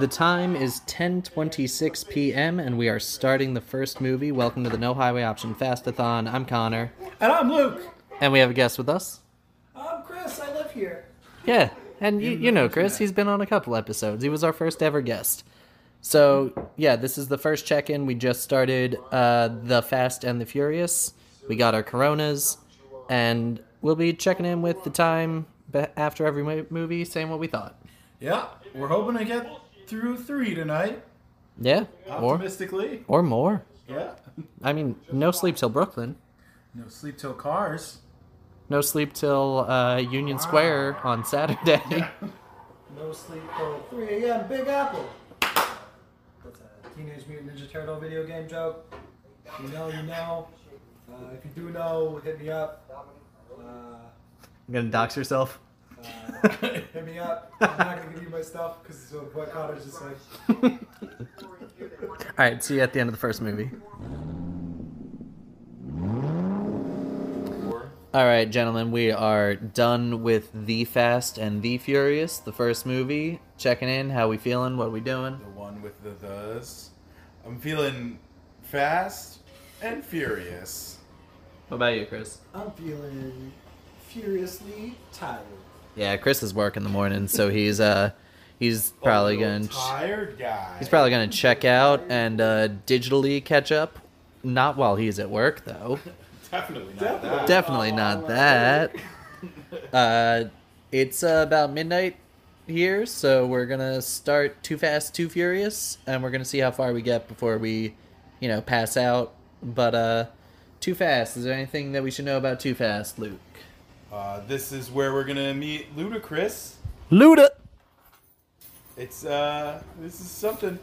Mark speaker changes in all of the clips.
Speaker 1: The time is 10:26 p.m. and we are starting the first movie. Welcome to the No Highway Option Fastathon. I'm Connor,
Speaker 2: And I'm Luke.
Speaker 1: and we have a guest with us.
Speaker 2: I'm Chris. I live here.
Speaker 1: Yeah, and you, you know Chris, he's been on a couple episodes. He was our first ever guest. So yeah, this is the first check-in. We just started uh, the Fast and the Furious. We got our Coronas, and we'll be checking in with the time be- after every mo- movie, saying what we thought.
Speaker 2: Yeah, we're hoping to get through three tonight.
Speaker 1: Yeah, or
Speaker 2: Optimistically.
Speaker 1: or more.
Speaker 2: Yeah.
Speaker 1: I mean, no sleep till Brooklyn.
Speaker 2: No sleep till cars.
Speaker 1: No sleep till uh, Union Square on Saturday.
Speaker 3: No Sleep till 3 a.m. Big Apple. That's a Teenage Mutant Ninja Turtle video game joke. You know, you know. Uh, if you do know, hit me up. Uh,
Speaker 1: I'm gonna dox yourself.
Speaker 3: uh, hit me up. I'm not gonna give you my stuff because so what Connor's just like.
Speaker 1: All right, see you at the end of the first movie. All right, gentlemen, we are done with The Fast and The Furious, the first movie. Checking in, how we feeling, what we doing?
Speaker 4: The one with the thes. I'm feeling fast and furious.
Speaker 1: What about you, Chris?
Speaker 3: I'm feeling furiously tired.
Speaker 1: Yeah, Chris is working in the morning, so he's uh he's probably
Speaker 4: A little
Speaker 1: going to
Speaker 4: tired guy.
Speaker 1: he's probably going to check out and uh digitally catch up. Not while he's at work though.
Speaker 4: definitely not that.
Speaker 1: Definitely not that. Uh, it's uh, about midnight here, so we're gonna start Too Fast, Too Furious, and we're gonna see how far we get before we, you know, pass out. But uh, Too Fast. Is there anything that we should know about Too Fast, Luke?
Speaker 4: uh, this is where we're gonna meet Ludacris.
Speaker 1: Luda.
Speaker 4: It's uh, this is something.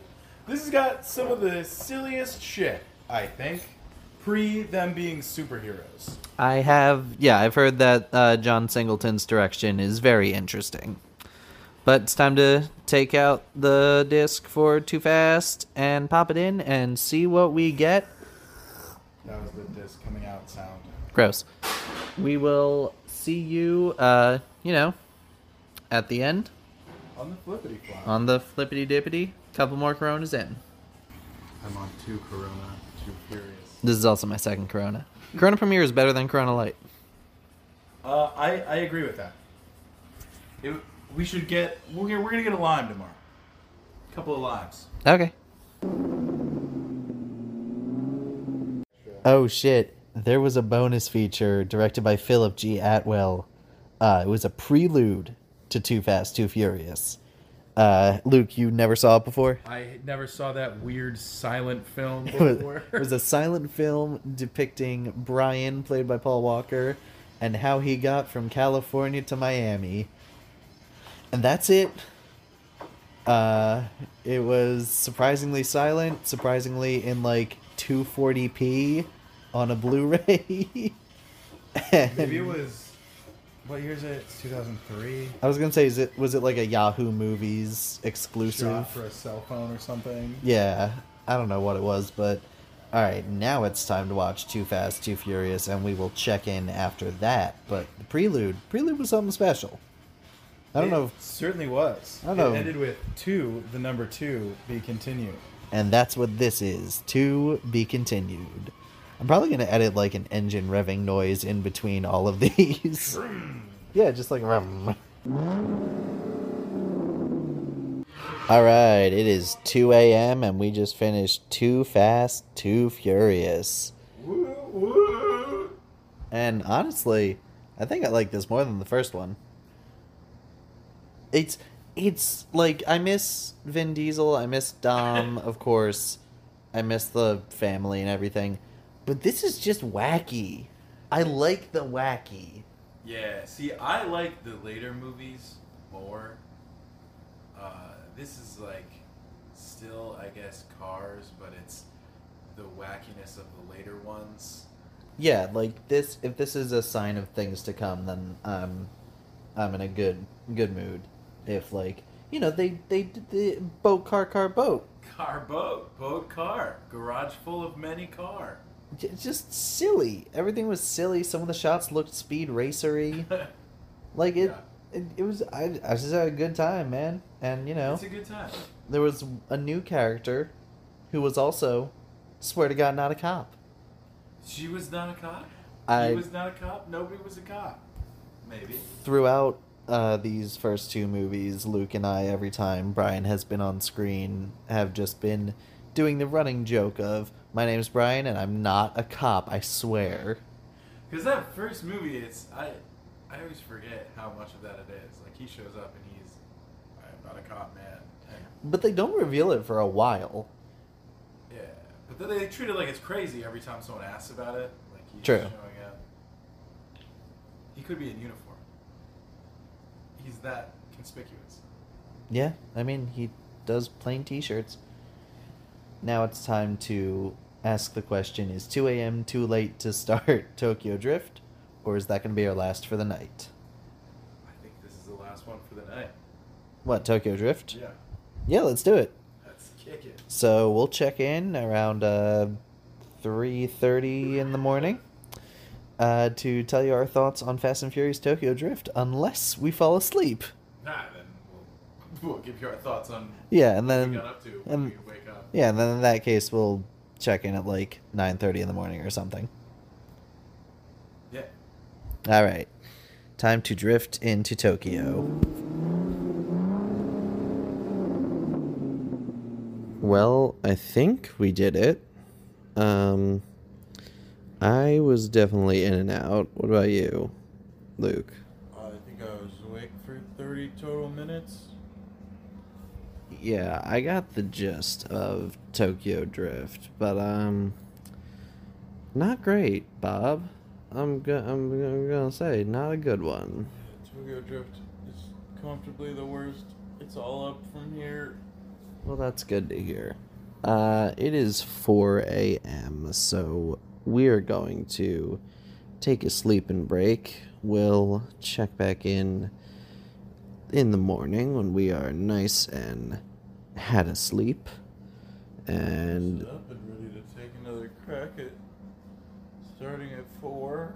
Speaker 4: This has got some of the silliest shit I think. Pre them being superheroes.
Speaker 1: I have, yeah, I've heard that uh, John Singleton's direction is very interesting. But it's time to take out the disc for Too Fast and pop it in and see what we get.
Speaker 4: That was the disc coming out sound.
Speaker 1: gross. We will see you, uh, you know, at the end
Speaker 4: On the flippity flop.
Speaker 1: on the flippity dippity. Couple more Coronas in.
Speaker 4: I'm on two Corona, two furious.
Speaker 1: This is also my second Corona. Corona Premier is better than Corona Light.
Speaker 4: Uh, I, I agree with that. It, we should get we're gonna, we're gonna get a lime tomorrow. A couple of limes.
Speaker 1: Okay. Oh shit! There was a bonus feature directed by Philip G. Atwell. Uh, it was a prelude to Too Fast, Too Furious. Uh, Luke, you never saw it before.
Speaker 5: I never saw that weird silent film
Speaker 1: It was,
Speaker 5: before.
Speaker 1: it was a silent film depicting Brian, played by Paul Walker, and how he got from California to Miami. And that's it. Uh, it was surprisingly silent, surprisingly in like 240p on a Blu ray.
Speaker 4: Maybe it was what year is it? It's 2003.
Speaker 1: I was gonna say, is it was it like a Yahoo Movies exclusive?
Speaker 4: Shot for a cell phone or something.
Speaker 1: Yeah, I don't know what it was, but all right, now it's time to watch Too Fast, Too Furious, and we will check in after that. But the prelude, prelude was something special. I don't
Speaker 4: It
Speaker 1: know, if-
Speaker 4: Certainly was.
Speaker 1: I don't know.
Speaker 4: It ended with two. The number two be continued.
Speaker 1: and that's what this is. To be continued. I'm probably gonna edit like an engine revving noise in between all of these. yeah, just like. rum. All right, it is 2 a.m. and we just finished Too Fast, Too Furious. And honestly, I think I like this more than the first one. It's it's like I miss Vin Diesel, I miss Dom, of course. I miss the family and everything. But this is just wacky. I like the wacky.
Speaker 4: Yeah. See, I like the later movies more. Uh, this is like still, I guess, Cars, but it's the wackiness of the later ones.
Speaker 1: Yeah, like this if this is a sign of things to come, then um I'm in a good good mood. If like you know, they they did the boat car car boat.
Speaker 4: Car, boat, boat, car, garage full of many car.
Speaker 1: J- just silly. Everything was silly. Some of the shots looked speed racery. Like it, it, it was. I, I just had a good time, man. And you know,
Speaker 4: It's a good time.
Speaker 1: there was a new character, who was also, swear to God, not a cop.
Speaker 4: She was not a cop.
Speaker 1: I-
Speaker 4: He was not a cop. Nobody was a cop. Maybe.
Speaker 1: Throughout uh, these first two movies, Luke and I, every time Brian has been on screen, have just been doing the running joke of, "My name's Brian, and I'm not a cop. I swear."
Speaker 4: Because that first movie, it's I, I always forget how much of that it is. Like he shows up and he's, I'm not a cop, man. And,
Speaker 1: But they don't reveal it for a while.
Speaker 4: yeah, but then they treat it like it's crazy every time someone asks about it. Like he's
Speaker 1: True.
Speaker 4: showing up. He could be in uniform. He's that conspicuous.
Speaker 1: Yeah, I mean, he does plain t shirts. Now it's time to ask the question is 2 a.m. too late to start Tokyo Drift, or is that going to be our last for the night?
Speaker 4: I think this is the last one for the night.
Speaker 1: What, Tokyo Drift?
Speaker 4: Yeah,
Speaker 1: Yeah, let's do it.
Speaker 4: let's kick it.
Speaker 1: So we'll check in around uh, 3.30 in the morning uh, to tell you our thoughts on Fast and Furious Tokyo Drift, unless we fall asleep.
Speaker 4: Nah, then we'll we'll give you our thoughts on
Speaker 1: Yeah, and
Speaker 4: what
Speaker 1: then...
Speaker 4: we got up to when
Speaker 1: and-
Speaker 4: we wake up.
Speaker 1: Yeah, and then in that case, we'll check in at like nine thirty in the morning or something.
Speaker 4: Yeah.
Speaker 1: All right, time to drift into Tokyo. Well, I think we did it. Um, I was definitely in and out. What about you, Luke?
Speaker 4: Uh, I think I was awake for 30 total minutes.
Speaker 1: Yeah, I got the gist of Tokyo Drift, but um, not great, Bob. I'm go- I'm, go- I'm gonna say not a good one.
Speaker 4: Tokyo Drift is comfortably the worst. It's all up from here.
Speaker 1: Well, that's good to hear. Uh, it is 4 a.m., so we're going to take a sleep and break. We'll check back in in the morning when we are nice and had a sleep. And
Speaker 4: up and ready to take another crack at starting at 4.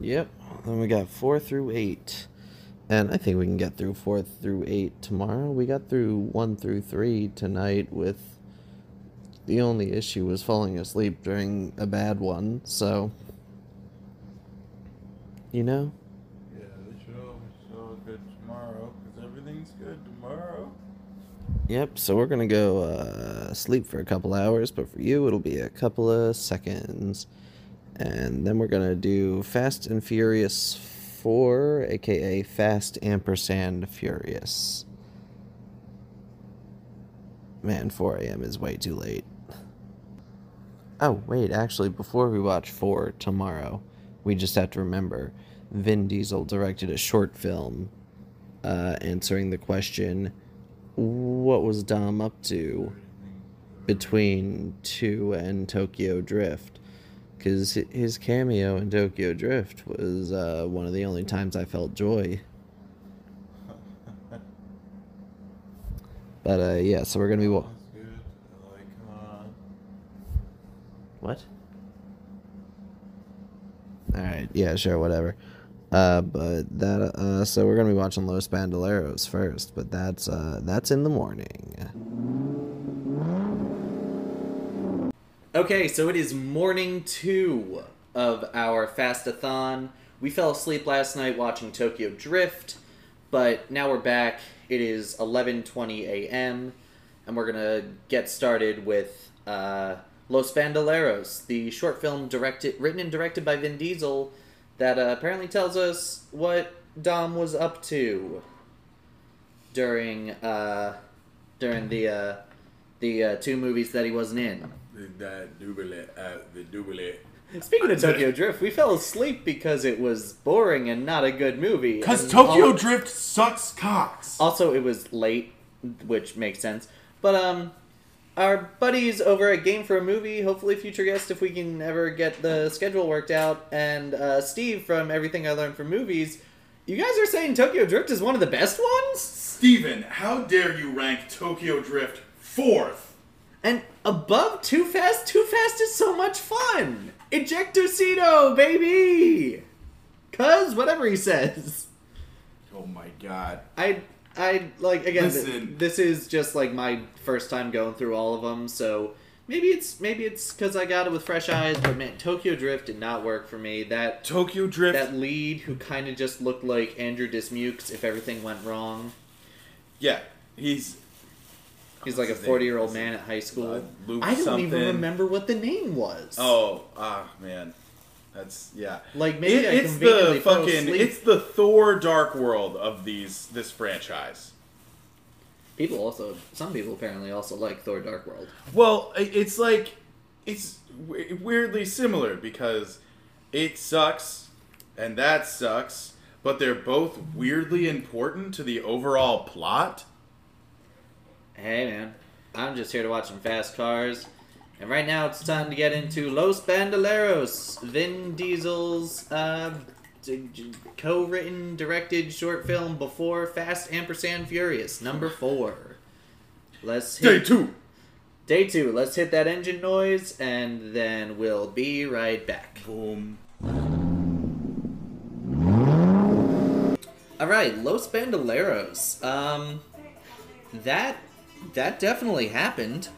Speaker 1: Yep. Then we got four through eight. And I think we can get through four through eight tomorrow. We got through one through three tonight with the only issue was falling asleep during a bad one, so you know?
Speaker 4: Yeah, they should all be so good tomorrow because everything's good tomorrow.
Speaker 1: Yep, so we're gonna go uh, sleep for a couple hours, but for you it'll be a couple of seconds. And then we're gonna do Fast and Furious 4, aka Fast Ampersand Furious. Man, 4 a.m. is way too late. Oh, wait, actually, before we watch 4 tomorrow, we just have to remember Vin Diesel directed a short film uh, answering the question what was Dom up to between 2 and Tokyo Drift? Because his cameo in Tokyo Drift was uh, one of the only times I felt joy. But uh, yeah, so we're going to be. Wa-
Speaker 4: Sounds good. I like, uh,
Speaker 1: What? All right. Yeah. Sure. Whatever. Uh, but that. Uh, so we're gonna be watching Los Bandoleros first, but that's uh, that's in the morning. Okay, so it is morning two of our fastathon. We fell asleep last night watching Tokyo Drift, but now we're back. It is eleven twenty a.m and we're gonna get started with uh, Los Bandoleros, the short film directed, written and directed by Vin Diesel, that uh, apparently tells us what Dom was up to during uh, during the uh, the uh, two movies that he wasn't in.
Speaker 4: that doobly, uh, the doobly.
Speaker 1: Speaking of Tokyo Drift, we fell asleep because it was boring and not a good movie.
Speaker 6: Because
Speaker 1: And
Speaker 6: Tokyo
Speaker 1: all-
Speaker 6: Drift sucks cocks.
Speaker 4: Uh,
Speaker 1: Also, it was late, which makes sense. But um, our buddies over at Game for a Movie, hopefully future guest if we can ever get the schedule worked out, and uh, Steve from Everything I Learned from Movies You guys are saying Tokyo Drift is one of the best ones?
Speaker 4: Steven, how dare you rank Tokyo Drift fourth?
Speaker 1: And above Too Fast, Too Fast is so much fun! Ejectocito, baby! Cuz, whatever he says.
Speaker 4: Oh my god.
Speaker 1: I, I, like, again, th-
Speaker 4: Listen.
Speaker 1: this is just, like, my first time going through all of them, so maybe it's, maybe it's because I got it with fresh eyes, but man, Tokyo Drift did not work for me. That,
Speaker 4: Tokyo Drift.
Speaker 1: that lead who kind of just looked like Andrew Dismukes if everything went wrong.
Speaker 4: yeah, he's
Speaker 1: He's like a
Speaker 7: What's his name?
Speaker 1: 40 year old man at high school.
Speaker 4: uh, Luke
Speaker 1: I don't
Speaker 4: something.
Speaker 1: even remember what the name was.
Speaker 4: Oh, ah, man. That's yeah.
Speaker 1: Like, maybe I
Speaker 4: it's
Speaker 1: conveniently
Speaker 4: the
Speaker 1: fell
Speaker 4: fucking
Speaker 1: asleep.
Speaker 4: it's the Thor Dark World of these this franchise.
Speaker 1: People also, some people apparently also like Thor: Dark World.
Speaker 4: Well, i- it's like it's we- weirdly similar because it sucks and that sucks, but they're both weirdly important to the overall plot.
Speaker 1: Hey man, I'm just here to watch some fast cars, and right now it's time to get into Los Bandoleros, Vin Diesel's uh, d- d- co-written, directed short film before Fast Ampersand Furious number four. Let's
Speaker 4: Day
Speaker 1: hit
Speaker 4: two.
Speaker 1: day two. Let's hit that engine noise, and then we'll be right back.
Speaker 4: Boom.
Speaker 1: All right, Los Bandoleros. Um, that that definitely happened.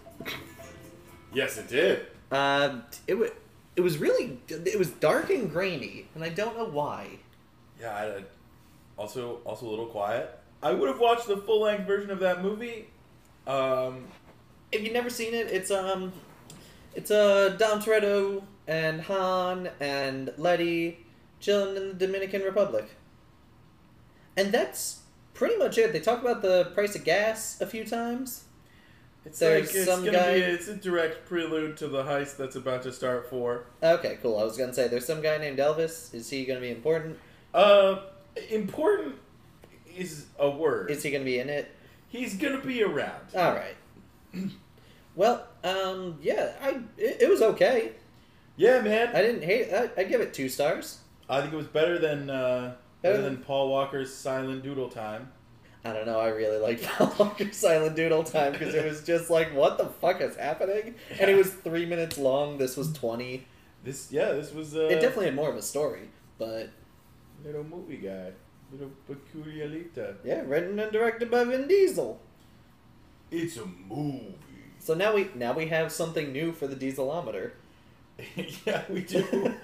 Speaker 4: Yes, it did.
Speaker 1: Uh, it was it was really it was dark and grainy, and I don't know why.
Speaker 4: Yeah, I, also also a little quiet. I would have watched the full length version of that movie. Um,
Speaker 1: If you've never seen it, it's um, it's uh, Dom Toretto and Han and Letty chilling in the Dominican Republic, and that's pretty much it. They talk about the price of gas a few times.
Speaker 4: it's
Speaker 1: There's
Speaker 4: like it's
Speaker 1: some
Speaker 4: gonna
Speaker 1: guy-
Speaker 4: be it's a direct prelude to the heist that's about to start for.
Speaker 1: Okay, cool. I was gonna say there's some guy named Elvis. Is he gonna be important?
Speaker 4: Uh, important is a word.
Speaker 1: Is he gonna be in it?
Speaker 4: He's gonna be around.
Speaker 1: All right. Well, um, yeah, I it, it was okay.
Speaker 4: yeah, man.
Speaker 1: I didn't hate. I, I give it two stars.
Speaker 4: I think it was better than uh,
Speaker 1: Better
Speaker 4: better than Paul Walker's Silent Doodle Time.
Speaker 1: I don't know. I really liked Paul Walker's Silent Doodle Time because it was just like, what the fuck is happening? And it was three minutes long. This was twenty.
Speaker 4: This yeah, this was uh,
Speaker 1: It definitely had more of a story, but
Speaker 4: little movie guy, little peculiarita.
Speaker 1: yeah, written and directed by Vin Diesel.
Speaker 4: It's a movie.
Speaker 1: So now we now we have something new for the Dieselometer.
Speaker 4: yeah, we do.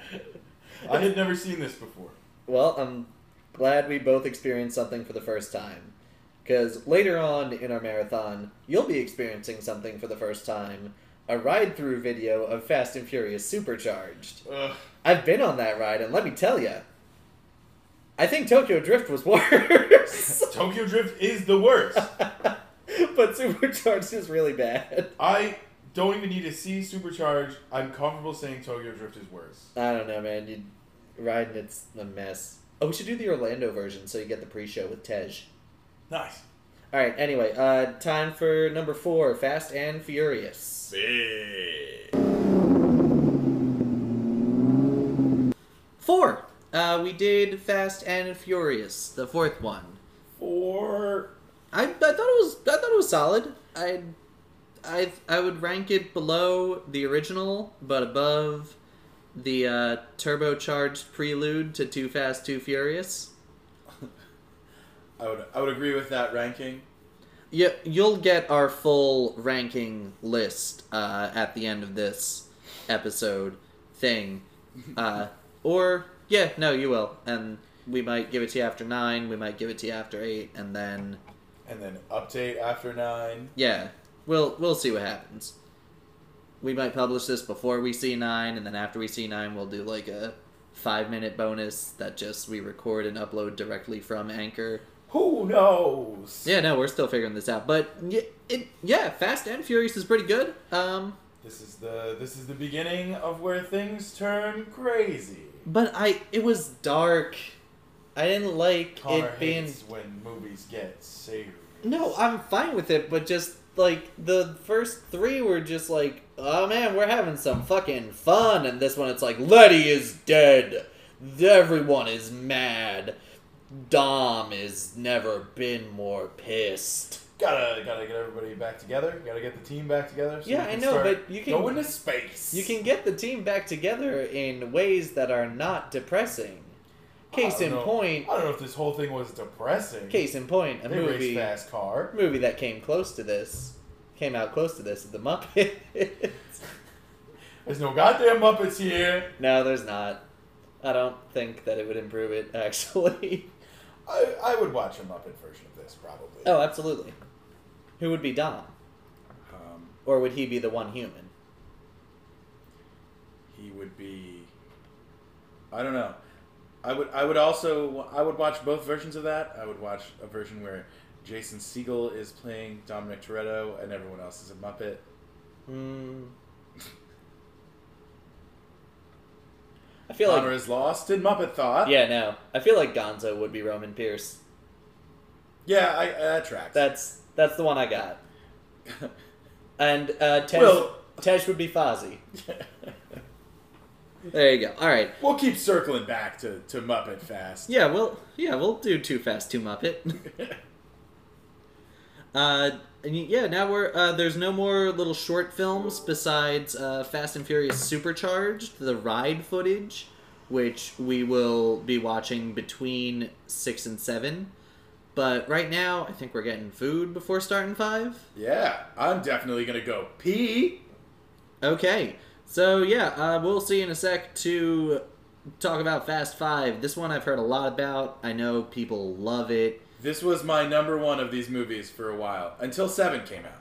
Speaker 4: I had never seen this before.
Speaker 1: Well, I'm glad we both experienced something for the first time. Because later on in our marathon, you'll be experiencing something for the first time a ride through video of Fast and Furious Supercharged.
Speaker 4: Ugh.
Speaker 1: I've been on that ride, and let me tell you, I think Tokyo Drift was worse.
Speaker 4: Tokyo Drift is the worst.
Speaker 1: but Supercharged is really bad.
Speaker 4: I don't even need to see Supercharged. I'm comfortable saying Tokyo Drift is worse.
Speaker 1: I don't know, man. You riding it's a mess. Oh, we should do the Orlando version so you get the pre-show with Tej.
Speaker 4: Nice.
Speaker 1: All right. Anyway, uh, time for number four: Fast and Furious. Four. Uh, we did Fast and Furious, the fourth one.
Speaker 4: Four.
Speaker 1: I, I thought it was I thought it was solid. I I I would rank it below the original, but above the uh, turbocharged prelude to Too Fast, Too Furious.
Speaker 4: I would I would agree with that ranking.
Speaker 1: Yeah, you'll get our full ranking list uh, at the end of this episode thing. Uh, or, yeah, no, you will. And we might give it to you after 9, we might give it to you after 8, and then,
Speaker 4: And then update after nine.
Speaker 1: yeah, we'll, we'll see what happens. We might publish this before we see 9, and then after we see 9, we'll do like a five minute bonus that just we record and upload directly from Anchor.
Speaker 4: Who knows?
Speaker 1: Yeah, no, we're still figuring this out, but y- it yeah, Fast and Furious is pretty good. Um,
Speaker 4: This is the this is the beginning of where things turn crazy.
Speaker 1: but I it was dark. I didn't like
Speaker 4: Connor
Speaker 1: it being.
Speaker 4: hates when movies get serious.
Speaker 1: No, I'm fine with it, but just like the first three were just like, oh man, we're having some fucking fun, and this one it's like Letty is dead. Everyone is mad. Dom has never been more pissed.
Speaker 8: Gotta gotta get everybody back together. Gotta get the team back together.
Speaker 1: Yeah,
Speaker 8: we
Speaker 1: I
Speaker 8: can
Speaker 1: know,
Speaker 8: start
Speaker 1: but you can-
Speaker 8: go into space.
Speaker 1: You can get the team back together in ways that are not depressing.
Speaker 8: I
Speaker 1: Case
Speaker 8: don't
Speaker 1: in
Speaker 8: know-
Speaker 1: point,
Speaker 8: I don't know if this whole thing was depressing.
Speaker 1: case in point, a
Speaker 8: they race
Speaker 1: movie
Speaker 8: fast car.
Speaker 1: movie that came close to this came out close to this, The Muppets.
Speaker 8: There's no goddamn Muppets here.
Speaker 1: no, there's not. I don't think that it would improve it actually.
Speaker 8: I, I would watch a Muppet version of this probably.
Speaker 1: Oh, absolutely. Who would be Dom?
Speaker 8: Um,
Speaker 1: Or would he be the one human?
Speaker 4: he would be i don't know i would i would also i would watch both versions of that i would watch a version where jason siegel is playing dominic toretto and everyone else is a muppet
Speaker 1: Hmm. I feel
Speaker 4: honor
Speaker 1: like
Speaker 4: is lost in muppet thought
Speaker 1: yeah, no. I feel like Gonzo would be Roman Pierce.
Speaker 4: yeah i uh, that tracks
Speaker 1: That's that's the one I got. And uh, Tej,
Speaker 4: Well-
Speaker 1: Tej would be Fozzie. There you go. All right.
Speaker 4: we'll keep circling back to, to muppet fast
Speaker 1: Yeah, well, yeah, we'll do Too Fast, Too Muppet. uh, and y- yeah, now we're uh, there's no more little short films besides uh, Fast and Furious Supercharged, the ride footage, which we will be watching between six and seven. But right now, I think we're getting food before starting five.
Speaker 4: yeah i'm definitely gonna go pee
Speaker 1: Okay. So yeah, uh, we'll see in a sec to talk about Fast Five. This one I've heard a lot about. I know people love it.
Speaker 4: this was my number one of these movies for a while until seven came out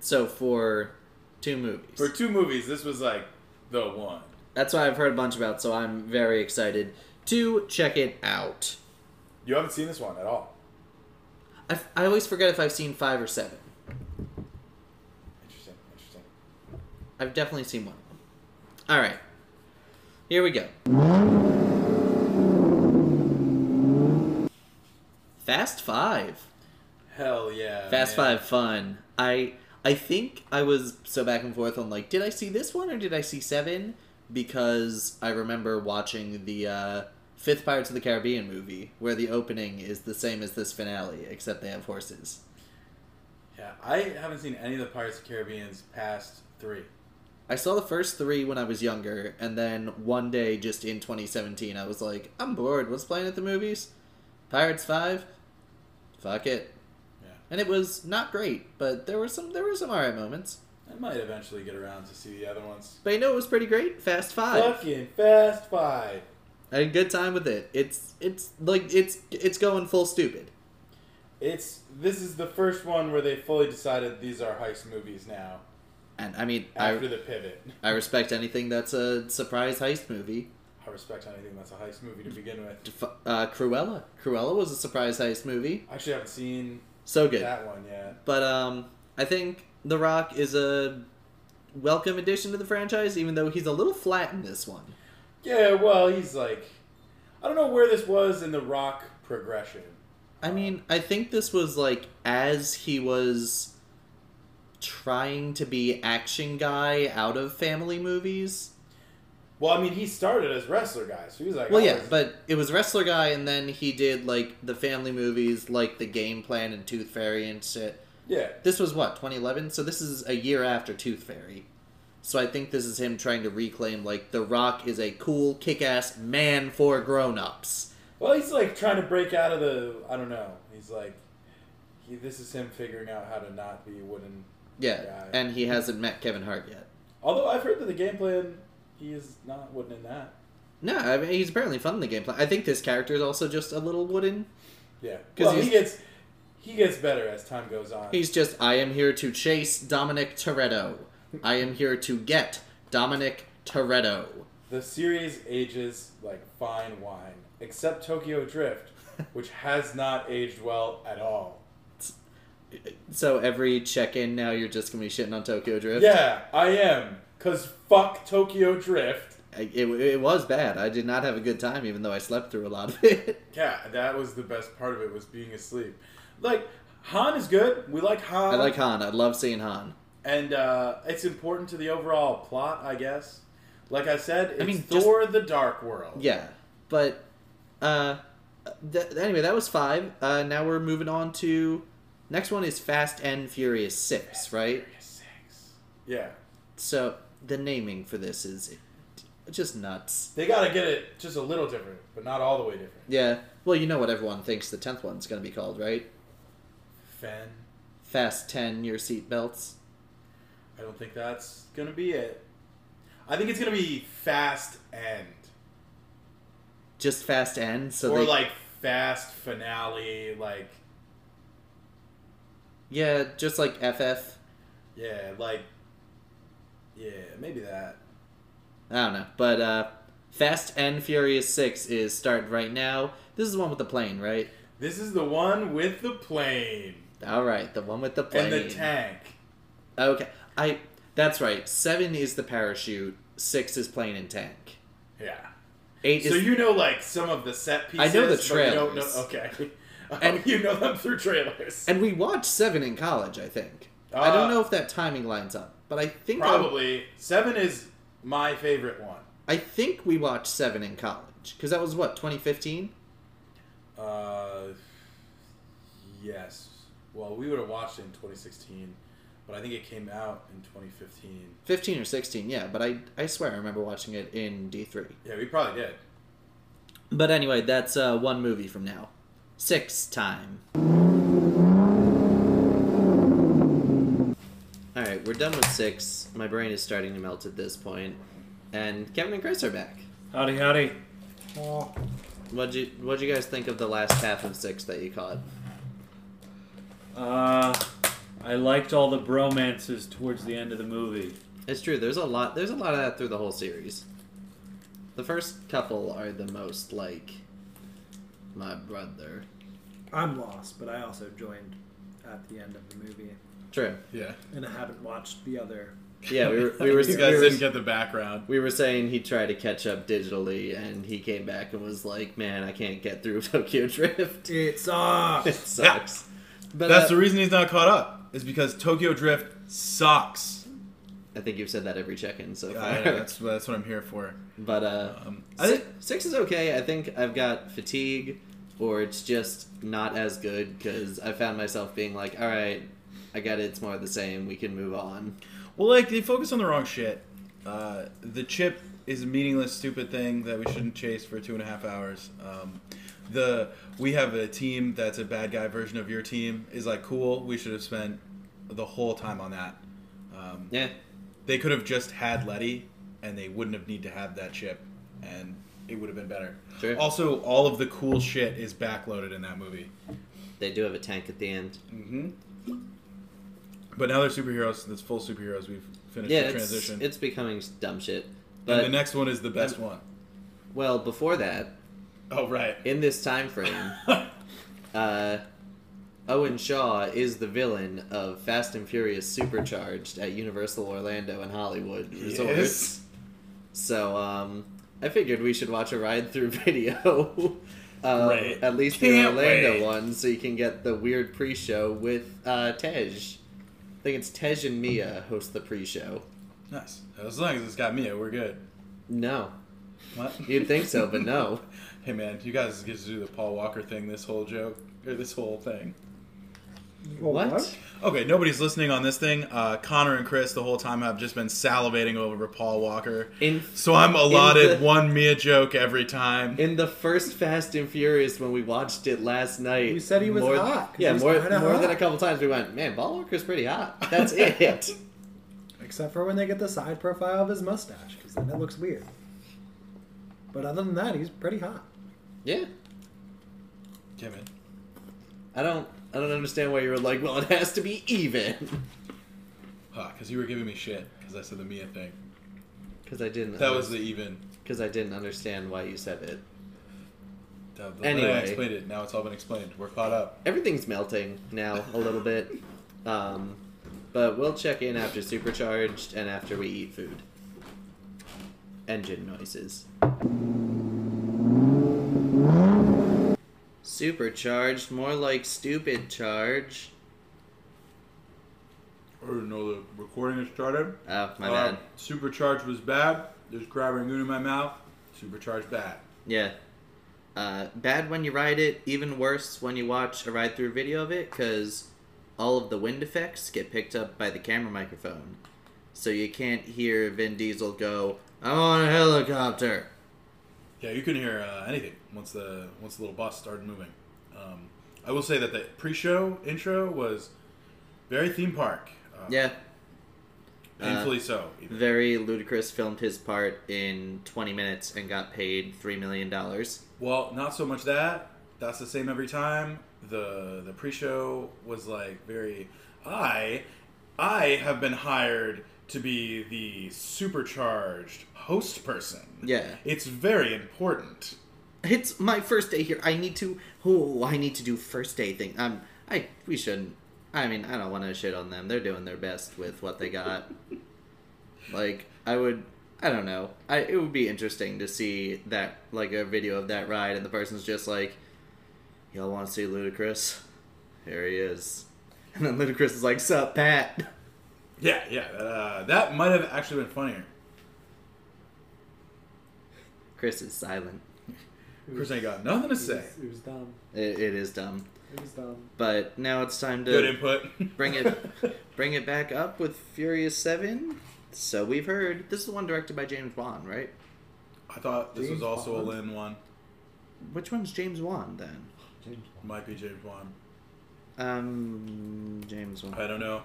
Speaker 1: So for two movies,
Speaker 4: for two movies this was like the one
Speaker 1: that's why I've heard a bunch about. So I'm very excited to check it out.
Speaker 4: you haven't seen this one at all
Speaker 1: I, I always forget if I've seen five or seven.
Speaker 4: interesting interesting
Speaker 1: I've definitely seen one of them. All right, here we go. Fast Five.
Speaker 4: Hell yeah.
Speaker 1: Fast
Speaker 4: man.
Speaker 1: Five Fun. I I think I was so back and forth on like, did I see this one or did I see Seven? Because I remember watching the uh, fifth Pirates of the Caribbean movie where the opening is the same as this finale, except they have horses.
Speaker 4: Yeah, I haven't seen any of the Pirates of the Caribbean's past three.
Speaker 1: I saw the first three when I was younger, and then one day, just in 2017, I was like, I'm bored. What's playing at the movies? Pirates Five. Fuck it.
Speaker 4: Yeah.
Speaker 1: And it was not great, but there were some there were some alright moments.
Speaker 4: I might eventually get around to see the other ones.
Speaker 1: But you know it was pretty great. Fast Five.
Speaker 4: Fucking Fast Five.
Speaker 1: I had a good time with it. It's it's like it's it's going full stupid.
Speaker 4: It's this is the first one where they fully decided these are heist movies now
Speaker 1: And I mean,
Speaker 4: after
Speaker 1: I
Speaker 4: the pivot.
Speaker 1: I respect anything that's a surprise heist movie.
Speaker 4: I respect anything that's a heist movie to begin with.
Speaker 1: Def- Uh, Cruella, Cruella was a surprise heist movie.
Speaker 4: I actually haven't seen
Speaker 1: So good.
Speaker 4: that one yet.
Speaker 1: But um, I think The Rock is a welcome addition to the franchise, even though he's a little flat in this one.
Speaker 4: Yeah, well, he's like, I don't know where this was in the Rock progression.
Speaker 1: I mean, I think this was like as he was trying to be action guy out of family movies.
Speaker 4: Well, I mean, he started as wrestler guy, so he was like, oh,
Speaker 1: Well,
Speaker 4: I
Speaker 1: yeah,
Speaker 4: was-
Speaker 1: but it was wrestler guy, and then he did like the family movies, like the Game Plan and Tooth Fairy and shit.
Speaker 4: yeah.
Speaker 1: This was what 2011, so this is a year after Tooth Fairy. So I think this is him trying to reclaim like The Rock is a cool, kick-ass man for grown-ups.
Speaker 4: Well, he's like trying to break out of the. I don't know. He's like, he, this is him figuring out how to not be a wooden.
Speaker 1: Yeah,
Speaker 4: Guy.
Speaker 1: and he hasn't met Kevin Hart yet.
Speaker 4: Although I've heard that the game plan, he is not wooden in that.
Speaker 1: No, I mean he's apparently fun in the game plan. I think this character is also just a little wooden.
Speaker 4: Yeah,
Speaker 1: 'Cause
Speaker 4: because he
Speaker 1: he's-
Speaker 4: gets he gets better as time goes on.
Speaker 1: He's just, I am here to chase Dominic Toretto. I am here to get Dominic Toretto.
Speaker 4: The series ages like fine wine, except Tokyo Drift, which has not aged well at all.
Speaker 1: So every check in now, you're just gonna be shitting on Tokyo Drift.
Speaker 4: Yeah, I am, cause fuck Tokyo Drift.
Speaker 1: I- it, it was bad. I did not have a good time, even though I slept through a lot of it.
Speaker 4: Yeah, that was the best part of it was being asleep. Like Han is good. We like Han.
Speaker 1: I like Han. I love seeing Han.
Speaker 4: and uh, it's important to the overall plot, I guess. Like I said, it's
Speaker 1: mean, just-
Speaker 4: Thor: The Dark World.
Speaker 1: Yeah, but uh, th- anyway, that was five. Uh, now we're moving on to next one is Fast and Furious Six, right?
Speaker 4: Yeah.
Speaker 1: So the naming for this is just nuts.
Speaker 9: They gotta get it just a little different, but not all the way different.
Speaker 1: Yeah. Well, you know what everyone thinks the tenth one's gonna be called, right?
Speaker 9: Fen.
Speaker 1: Fast Ten, your seatbelts.
Speaker 9: I don't think that's gonna be it. I think it's gonna be fast end.
Speaker 1: Just Fast End. So
Speaker 9: or
Speaker 1: they,
Speaker 9: like fast finale, like
Speaker 1: yeah, just like FF.
Speaker 9: yeah, like yeah, maybe that.
Speaker 1: I don't know, but uh, Fast and Furious Six is starting right now. This is the one with the plane, right?
Speaker 9: This is the one with the plane,
Speaker 1: All right, the one with the
Speaker 9: and
Speaker 1: plane
Speaker 9: the tank.
Speaker 1: Okay, I. That's right. Seven is the parachute. Six is plane and tank.
Speaker 9: Yeah.
Speaker 1: Eight
Speaker 9: so
Speaker 1: is
Speaker 9: you know like some of the set
Speaker 1: I
Speaker 9: pieces.
Speaker 1: know the
Speaker 9: but you don't
Speaker 1: trailers.
Speaker 9: know- okay.
Speaker 1: And-
Speaker 9: And you know them through trailers.
Speaker 1: and we watched seven in college. I think. I
Speaker 9: Uh,
Speaker 1: don't know if that timing lines up, but I think I-
Speaker 9: Probably seven is my favorite one.
Speaker 1: I, think we watched seven in college because that was what 2015.
Speaker 9: Uh, yes. Well, we would have watched it in 2016, but I think it came out in 2015.
Speaker 1: 15 or 16, yeah, but I, I swear I remember watching it in D3.
Speaker 9: Yeah, we probably did.
Speaker 1: But anyway, that's uh, one movie from now. Six time. All right, we're done with six. My brain is starting to melt at this point, and Kevin and Chris are back.
Speaker 2: Howdy, howdy.
Speaker 3: Oh,
Speaker 1: What'd you What'd you guys think of the last half of six that you caught?
Speaker 10: Uh, I liked all the bromances towards the end of the movie.
Speaker 1: It's true. There's a lot. There's a lot of that through the whole series. The first couple are the most like my brother.
Speaker 3: I'm lost, but I also joined at the end of the movie,
Speaker 1: True.
Speaker 4: Yeah.
Speaker 3: and I haven't watched the other.
Speaker 1: Yeah, we were we were,
Speaker 4: You
Speaker 1: we
Speaker 4: guys
Speaker 1: were
Speaker 4: didn't get the background.
Speaker 1: we were saying he tried to catch up digitally and he came back and was like man i can't get through tokyo drift
Speaker 3: It sucks.
Speaker 1: it sucks but
Speaker 4: That's
Speaker 1: uh,
Speaker 4: the reason he's not caught up. Is because Tokyo Drift sucks.
Speaker 1: i think you've said that every check-in so far
Speaker 4: I know, that's that's what I'm here for.
Speaker 1: but uh
Speaker 4: Um, I
Speaker 1: si-
Speaker 4: think
Speaker 1: six is okay i think i've got fatigue or it's just not as good because i found myself being like all right i got it it's more of the same we can move on
Speaker 4: Well, like they focus on the wrong shit. Uh, the chip is a meaningless, stupid thing that we shouldn't chase for two and a half hours. Um, the we have a team that's a bad guy version of your team is like cool. We should have spent the whole time on that. Um,
Speaker 1: yeah
Speaker 4: They could have just had Letty, and they wouldn't have need to have that chip, and it would have been better.
Speaker 1: Sure.
Speaker 4: Also, all of the cool shit is backloaded in that movie.
Speaker 1: they do have a tank at the end
Speaker 4: Mm-hmm. But now they're superheroes. That's full superheroes. We've finished
Speaker 1: yeah
Speaker 4: the
Speaker 1: it's,
Speaker 4: transition.
Speaker 1: it's becoming dumb shit but
Speaker 4: and the next one is the best one.
Speaker 1: well before that
Speaker 4: Oh right.
Speaker 1: in this time frame, uh, Owen Shaw is the villain of Fast and Furious Supercharged at Universal Orlando and Hollywood Resorts. So um, I figured we should watch a ride through video. Uh,
Speaker 4: Right.
Speaker 1: At least the
Speaker 4: Can't
Speaker 1: Orlando
Speaker 4: wait.
Speaker 1: one, so you can get the weird pre-show with uh, Tej. I think it's Tej and Mia host the pre-show.
Speaker 4: Nice. As long as it's got Mia, we're good.
Speaker 1: No,
Speaker 4: What?
Speaker 1: you'd think so, but no.
Speaker 4: Hey man, you guys get to do the Paul Walker thing. This whole joke or this whole thing.
Speaker 1: what?
Speaker 4: Okay, nobody's listening on this thing. Uh, Connor and Chris the whole time have just been salivating over Paul Walker.
Speaker 1: In
Speaker 4: So I'm allotted
Speaker 1: In the-
Speaker 4: one Mia joke every time.
Speaker 1: In the first Fast and Furious, when we watched it last night,
Speaker 3: We said he was
Speaker 1: more,
Speaker 3: hot, 'cause
Speaker 1: Yeah,
Speaker 3: he's
Speaker 1: more,
Speaker 3: kinda
Speaker 1: more than a
Speaker 3: hot.
Speaker 1: couple times we went, man, Paul Walker's pretty hot. That's it.
Speaker 3: Except for when they get the side profile of his mustache, because then it looks weird. But other than that, he's pretty hot.
Speaker 1: yeah,
Speaker 4: Yeah, man.
Speaker 1: I don't, I don't understand why you were like, well, it has to be even,
Speaker 4: Because you were giving me shit because I said the Mia thing.
Speaker 1: because I didn't.
Speaker 4: That was the even.
Speaker 1: because I didn't understand why you said it.
Speaker 4: That,
Speaker 1: Anyway.
Speaker 4: I explained it. Now it's all been explained. We're caught up.
Speaker 1: Everything's melting now a little bit, um, but we'll check in after Supercharged and after we eat food. Engine noises. Supercharged, more like stupid charge.
Speaker 9: I didn't know the recording has started.
Speaker 1: Oh, my
Speaker 9: Uh,
Speaker 1: bad.
Speaker 9: Supercharged was bad. There's grabbing goon in my mouth. Supercharged bad.
Speaker 1: Yeah. Uh, bad when you ride it, even worse when you watch a ride through video of it, because all of the wind effects get picked up by the camera microphone. So you can't hear Vin Diesel go, I'm on a helicopter.
Speaker 9: Yeah, you couldn't hear uh, anything once the once the little bus started moving. Um, I will say that the pre-show intro was very theme park. Uh,
Speaker 1: Yeah,
Speaker 9: painfully so. even.
Speaker 1: very ludicrous. Filmed his part in 20 minutes and got paid $3 million.
Speaker 9: Well, not so much that. That's the same every time. The the pre-show was like very I I have been hired to be the supercharged host person.
Speaker 1: Yeah.
Speaker 9: It's very important.
Speaker 1: It's my first day here. I need to. Oh, I need to do first day thing. Um, I we shouldn't. I mean, I don't want to shit on them. They're doing their best with what they got. like, I would. I don't know. I it would be interesting to see that like a video of that ride, and the person's just like, "Y'all want to see Ludacris? Here he is." And then Ludacris is like, "Sup, Pat."
Speaker 9: Yeah, yeah. Uh, that might have actually been funnier.
Speaker 1: Chris is silent.
Speaker 9: Of course, I got nothing to say.
Speaker 3: It was dumb.
Speaker 1: It, it is dumb,
Speaker 3: It was dumb.
Speaker 1: but now it's time to
Speaker 9: Good input.
Speaker 1: bring it bring it back up with Furious Seven. So we've heard. This is the one directed by James Wan, right?
Speaker 9: I thought this was
Speaker 3: James
Speaker 9: also a
Speaker 3: Bond?
Speaker 9: Lin one.
Speaker 1: Which one's James Wan then?
Speaker 9: Might be James Wan.
Speaker 1: Um, James Wan.
Speaker 9: I don't know.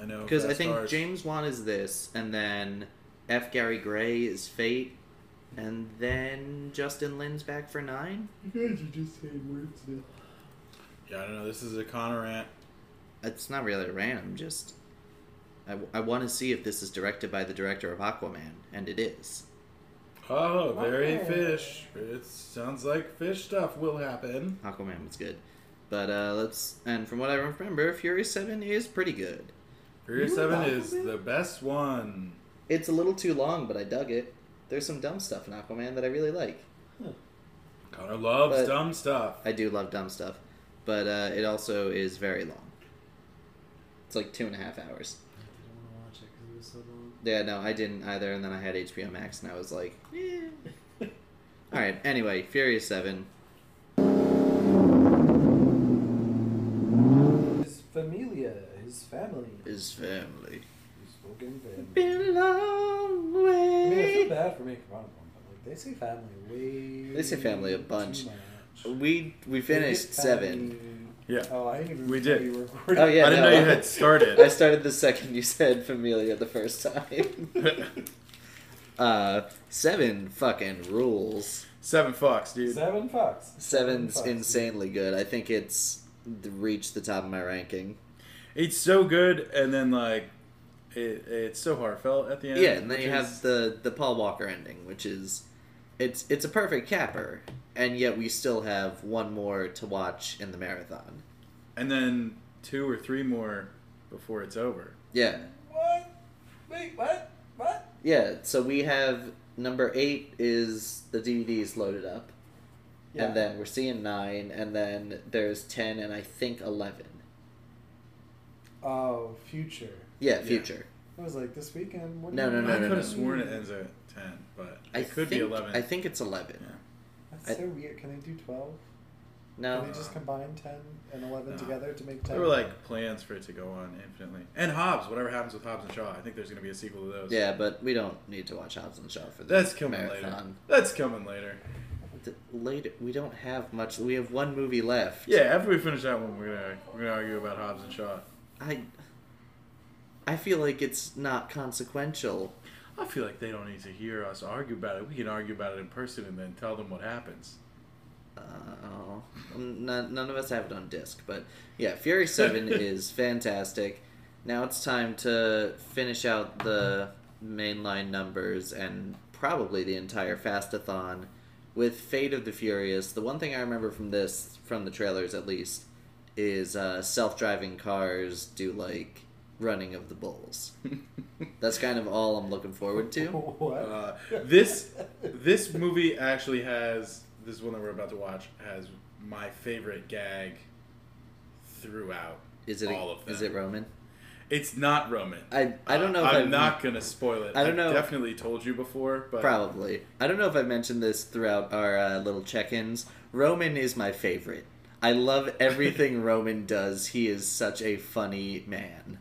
Speaker 9: I know
Speaker 1: Because I
Speaker 9: Fast
Speaker 1: think
Speaker 9: Cars.
Speaker 1: James Wan is this, and then F. Gary Gray is Fate, and then Justin Lin's back for nine.
Speaker 3: You guys are just saying words now.
Speaker 9: Yeah, I don't know. This is a Connor rant.
Speaker 1: It's not really a random. Just I, want to see if this is directed by the director of Aquaman, and it is.
Speaker 9: Oh, very
Speaker 3: Wow.
Speaker 9: fish. It sounds like fish stuff will happen.
Speaker 1: Aquaman was good, but uh, let's. And from what I remember, Furious Seven is pretty good.
Speaker 9: Furious
Speaker 3: You
Speaker 9: 7
Speaker 3: love
Speaker 9: is
Speaker 3: it?
Speaker 9: the best one.
Speaker 1: It's a little too long, but I dug it. There's some dumb stuff in Aquaman that I really like.
Speaker 9: Connor loves
Speaker 1: But-
Speaker 9: dumb stuff.
Speaker 1: I do love dumb stuff, but uh, it also is very long. It's like two and a half hours.
Speaker 3: I didn't want to watch it because it was so long.
Speaker 1: Yeah, no, I didn't either. And then I had HBO Max, and I was like, eh. all right. Anyway, Furious Seven.
Speaker 3: His familia, his family,
Speaker 1: His family.
Speaker 3: his fucking family.
Speaker 1: Been a long
Speaker 3: I mean, I feel
Speaker 1: way.
Speaker 3: bad for making fun of them, but like they say family way.
Speaker 1: They say family a bunch.
Speaker 3: too much.
Speaker 1: We we finished
Speaker 3: They say
Speaker 1: seven.
Speaker 3: family-
Speaker 4: Yeah.
Speaker 3: Oh, I didn't even.
Speaker 4: We
Speaker 3: know
Speaker 4: did.
Speaker 3: You were recording.
Speaker 1: Oh yeah,
Speaker 4: I didn't
Speaker 1: no,
Speaker 4: know you had
Speaker 1: I
Speaker 4: started.
Speaker 1: started the second you said familia the first time. uh, seven fucking rules.
Speaker 4: Seven fucks, dude.
Speaker 3: Seven fucks.
Speaker 1: Seven's
Speaker 3: Seven fucks.
Speaker 1: insanely good. I think it's th- reached the top of my ranking.
Speaker 4: It's so good, and then like, it, it's so heartfelt at the
Speaker 1: Yeah,
Speaker 4: end.
Speaker 1: and then
Speaker 4: which
Speaker 1: you have
Speaker 4: is-
Speaker 1: the the Paul Walker ending, which is it's it's a perfect capper, and yet we still have one more to watch in the marathon.
Speaker 4: and then two or three more before it's over.
Speaker 1: Yeah,
Speaker 3: What? Wait, what? What?
Speaker 1: yeah. So we have number eight is the DVDs loaded up, and then we're seeing nine, and then there's ten, and I think eleven.
Speaker 3: Oh, future.
Speaker 1: Yeah, future.
Speaker 3: I was like, this weekend. What do
Speaker 1: No,
Speaker 3: you
Speaker 1: no,
Speaker 3: mean?
Speaker 1: no,
Speaker 4: I
Speaker 1: no,
Speaker 4: could
Speaker 1: no.
Speaker 4: have sworn it ends at ten, but
Speaker 1: I
Speaker 4: it could
Speaker 1: think,
Speaker 4: be eleven.
Speaker 1: I think it's eleven.
Speaker 4: Yeah.
Speaker 3: That's so weird. Can they do twelve?
Speaker 1: No,
Speaker 3: Can they just combine ten and eleven
Speaker 4: No.
Speaker 3: together to make ten?
Speaker 4: There were like plans for it to go on infinitely. And Hobbs, whatever happens with Hobbs and Shaw, I think there's going to be a sequel to those.
Speaker 1: Yeah, but we don't need to watch Hobbs and Shaw for the
Speaker 4: That's coming later.
Speaker 1: marathon.
Speaker 4: That's coming later.
Speaker 1: Th- Later, we don't have much. We have one movie left.
Speaker 4: Yeah, after we finish that one, we're gonna we're gonna argue about Hobbs and Shaw.
Speaker 1: I. I feel like it's not consequential.
Speaker 4: I feel like they don't need to hear us argue about it. We can argue about it in person and then tell them what happens.
Speaker 1: Uh, oh, none, none of us have it on disc, but yeah, Fury Seven is fantastic. Now it's time to finish out the mainline numbers and probably the entire Fastathon with Fate of the Furious. The one thing I remember from this, from the trailers at least, is uh, self-driving cars do like running of the bulls. That's kind of all I'm looking forward to.
Speaker 3: What?
Speaker 4: Uh, this this movie actually has this one that we're about to watch has my favorite gag throughout
Speaker 1: Is it
Speaker 4: all of them.
Speaker 1: is it Roman?
Speaker 4: It's not Roman. Uh,
Speaker 1: I I don't know if
Speaker 4: I'm
Speaker 1: I've-
Speaker 4: not gonna spoil it.
Speaker 1: I don't know.
Speaker 4: Definitely told you before, but
Speaker 1: Probably. I don't know if I've mentioned this throughout our uh, little check ins. Roman is my favorite. I love everything Roman does. He is such a funny man.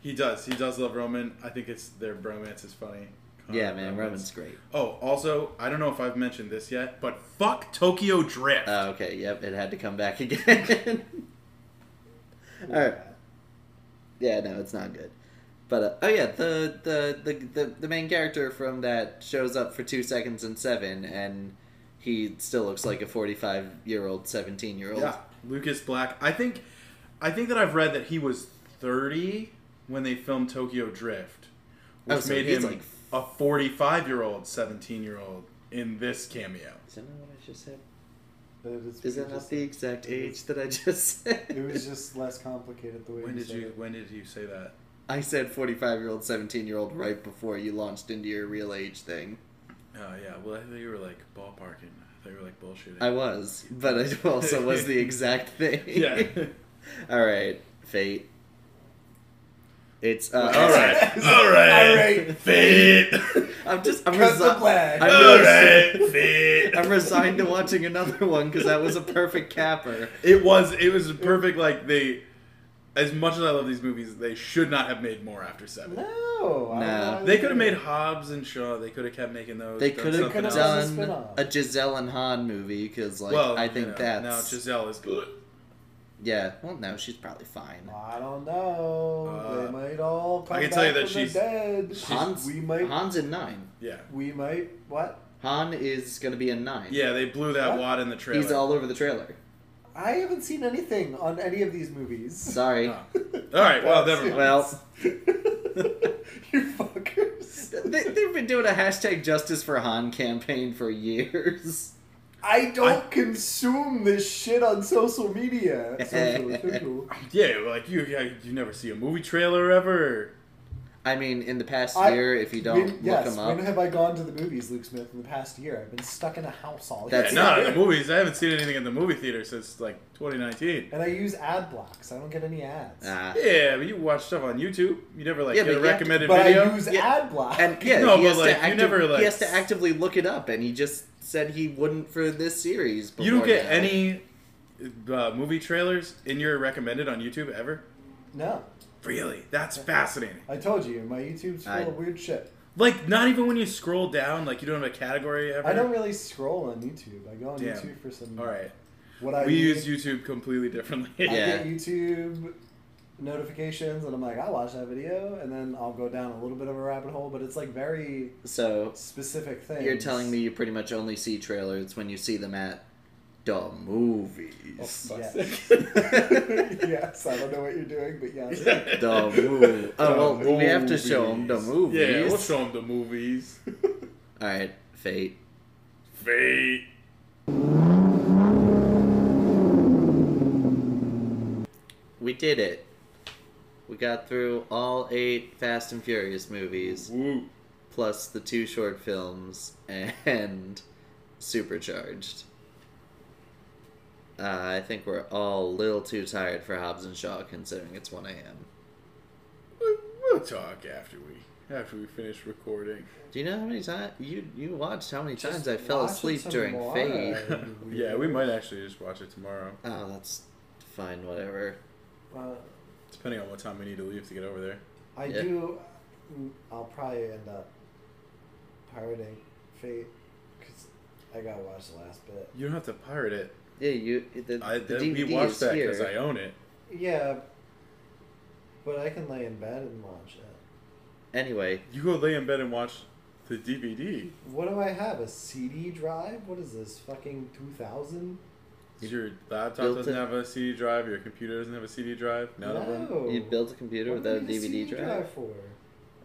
Speaker 4: he does. He does love Roman. I think it's their bromance is funny.
Speaker 1: yeah,
Speaker 4: Uh,
Speaker 1: man, Roman's great.
Speaker 4: Oh, also, I don't know if I've mentioned this yet, but fuck Tokyo Drift.
Speaker 1: Oh, okay, yep, it had to come back again. Alright. Yeah, no, it's not good. But uh, oh yeah, the, the the the the main character from that shows up for two seconds and seven, and he still looks like a forty-five year old, seventeen year old.
Speaker 4: yeah, Lucas Black. I think, I think that I've read that he was 30 when they filmed Tokyo Drift, which
Speaker 1: Oh, so
Speaker 4: made
Speaker 1: he's
Speaker 4: him
Speaker 1: like-
Speaker 4: a 45 year old, 17 year old in this cameo.
Speaker 1: Is that not what I just said?
Speaker 11: It was-
Speaker 1: Is that not the exact age that I just
Speaker 3: It was
Speaker 1: said?
Speaker 3: just less complicated the way
Speaker 4: When
Speaker 3: you
Speaker 4: did
Speaker 3: said
Speaker 4: you
Speaker 3: it.
Speaker 4: When did you say that?
Speaker 1: I said 45 year old, 17 year old right before you launched into your real age thing.
Speaker 4: Oh yeah, well I thought you were like ballparking. I thought you were like bullshitting.
Speaker 1: I was, but it also was the exact thing.
Speaker 4: yeah.
Speaker 1: All right, fate. It's uh,
Speaker 4: All right. All right. All right. Fit.
Speaker 1: I'm just I'm,
Speaker 3: Cut the
Speaker 1: resi-
Speaker 3: flag.
Speaker 1: I'm,
Speaker 4: All
Speaker 1: resi-
Speaker 4: right. Fit.
Speaker 1: I'm resigned to watching another one because that was a perfect capper.
Speaker 4: It was. It was perfect. Like they, as much as I love these movies, they should not have made more after seven.
Speaker 3: No. I
Speaker 1: Nah.
Speaker 3: don't know why
Speaker 4: They could have made Hobbs and Shaw. They could have kept making those.
Speaker 1: They
Speaker 4: done
Speaker 1: could have
Speaker 4: something else.
Speaker 3: else.
Speaker 1: done
Speaker 3: Spin-off.
Speaker 1: a Giselle and Han movie because, like,
Speaker 4: Well,
Speaker 1: I
Speaker 4: you
Speaker 1: think
Speaker 4: know,
Speaker 1: that's
Speaker 4: now Giselle is good.
Speaker 1: yeah. Well, no, she's probably fine.
Speaker 3: I don't know.
Speaker 4: Uh,
Speaker 3: they might all come
Speaker 4: I can
Speaker 3: back
Speaker 4: tell you that
Speaker 3: from
Speaker 4: she's-
Speaker 3: the dead.
Speaker 1: Han's
Speaker 3: we might.
Speaker 1: Han's in nine.
Speaker 4: Yeah.
Speaker 3: We might. What?
Speaker 1: Han is gonna be in nine.
Speaker 4: Yeah. They blew that
Speaker 3: What?
Speaker 4: wad in the trailer.
Speaker 1: He's all over the trailer.
Speaker 3: I haven't seen anything on any of these movies.
Speaker 1: Sorry.
Speaker 4: Oh. all right. Well, never mind.
Speaker 1: Well,
Speaker 3: you fuckers.
Speaker 1: they, they've been doing a hashtag Justice for Han campaign for years.
Speaker 3: I don't consume this shit on social media. Social official.
Speaker 4: Yeah. Like you. Yeah, you never see a movie trailer ever.
Speaker 1: I mean, in the past
Speaker 3: I-
Speaker 1: year, if you
Speaker 3: When-
Speaker 1: don't look
Speaker 3: yes,
Speaker 1: them up,
Speaker 3: when have I gone to the movies, Luke Smith, in the past year? I've been stuck in a house all
Speaker 1: That's-
Speaker 4: yeah,
Speaker 3: year.
Speaker 4: not in the movies. I haven't seen anything in the movie theater since like 2019.
Speaker 3: And I use ad blocks. I don't get any ads.
Speaker 1: Ah.
Speaker 4: Yeah, but you watch stuff on YouTube. You never like
Speaker 1: Yeah,
Speaker 4: get a
Speaker 1: but you have to-
Speaker 4: recommended
Speaker 3: but
Speaker 4: video.
Speaker 3: I use
Speaker 1: Yeah.
Speaker 3: ad blocks.
Speaker 1: and yeah,
Speaker 4: No,
Speaker 1: he,
Speaker 4: but,
Speaker 1: has
Speaker 4: like,
Speaker 1: to
Speaker 4: you
Speaker 1: active-
Speaker 4: never, like,
Speaker 1: he has to actively look it up, and he just said he wouldn't for this series.
Speaker 4: you don't
Speaker 1: before
Speaker 4: get
Speaker 1: now.
Speaker 4: any uh, movie trailers in your recommended on YouTube ever.
Speaker 3: no,
Speaker 4: Really, that's fascinating.
Speaker 3: I told you, my YouTube's full
Speaker 1: I-
Speaker 3: of weird shit.
Speaker 4: Like, not even when you scroll down, like you don't have a category ever.
Speaker 3: I don't really scroll on YouTube. I go on
Speaker 4: Damn.
Speaker 3: YouTube for some.
Speaker 4: All right,
Speaker 3: What I
Speaker 4: we
Speaker 3: need.
Speaker 4: use YouTube completely differently.
Speaker 3: I
Speaker 1: Yeah.
Speaker 3: get YouTube notifications, and I'm like, I watched that video, and then I'll go down a little bit of a rabbit hole, but it's like very
Speaker 1: So
Speaker 3: specific things.
Speaker 1: you're telling me you pretty much only see trailers when you see them at the
Speaker 3: Oh,
Speaker 1: movies.
Speaker 3: Yes.
Speaker 1: the
Speaker 3: yes, I don't know what you're doing, but yes.
Speaker 1: movies. Oh
Speaker 4: The
Speaker 1: well, we have to show them the movies.
Speaker 4: Yeah, we'll show them the movies.
Speaker 1: All right, fate.
Speaker 4: Fate.
Speaker 1: We did it. We got through all eight Fast and Furious movies,
Speaker 4: Woo.
Speaker 1: plus the two short films and Supercharged. Uh, I think we're all a little too tired for Hobbs and Shaw, considering it's 1 a.m.
Speaker 4: We- We'll talk after we after we finish recording.
Speaker 1: Do you know how many times you you watched how many times
Speaker 3: Just
Speaker 1: I fell
Speaker 3: watch it
Speaker 1: asleep
Speaker 3: some
Speaker 1: during
Speaker 3: more.
Speaker 1: Fate?
Speaker 4: Yeah, we might actually just watch it tomorrow,
Speaker 1: Oh, that's fine. Whatever.
Speaker 3: Uh,
Speaker 4: depending on what time we need to leave to get over there.
Speaker 3: I
Speaker 1: Yeah.
Speaker 3: do. mm, I'll probably end up pirating Fate because I gotta watch the last bit.
Speaker 4: You don't have to pirate it.
Speaker 1: Yeah, you. The,
Speaker 4: I,
Speaker 1: the
Speaker 4: that-
Speaker 1: DVD
Speaker 4: we watched
Speaker 1: is
Speaker 4: that
Speaker 1: here.
Speaker 4: because I own it.
Speaker 3: Yeah, but I can lay in bed and watch it.
Speaker 1: Anyway,
Speaker 4: You go lay in bed and watch the DVD.
Speaker 3: What do I have? A CD drive? What is this? Fucking two thousand?
Speaker 4: Your laptop
Speaker 1: built
Speaker 4: doesn't
Speaker 1: it-
Speaker 4: have a CD drive. Your computer doesn't have a CD drive. None of them.
Speaker 1: you built a computer
Speaker 3: What do
Speaker 1: without a
Speaker 3: you need
Speaker 1: DVD
Speaker 3: CD
Speaker 1: drive.
Speaker 3: for?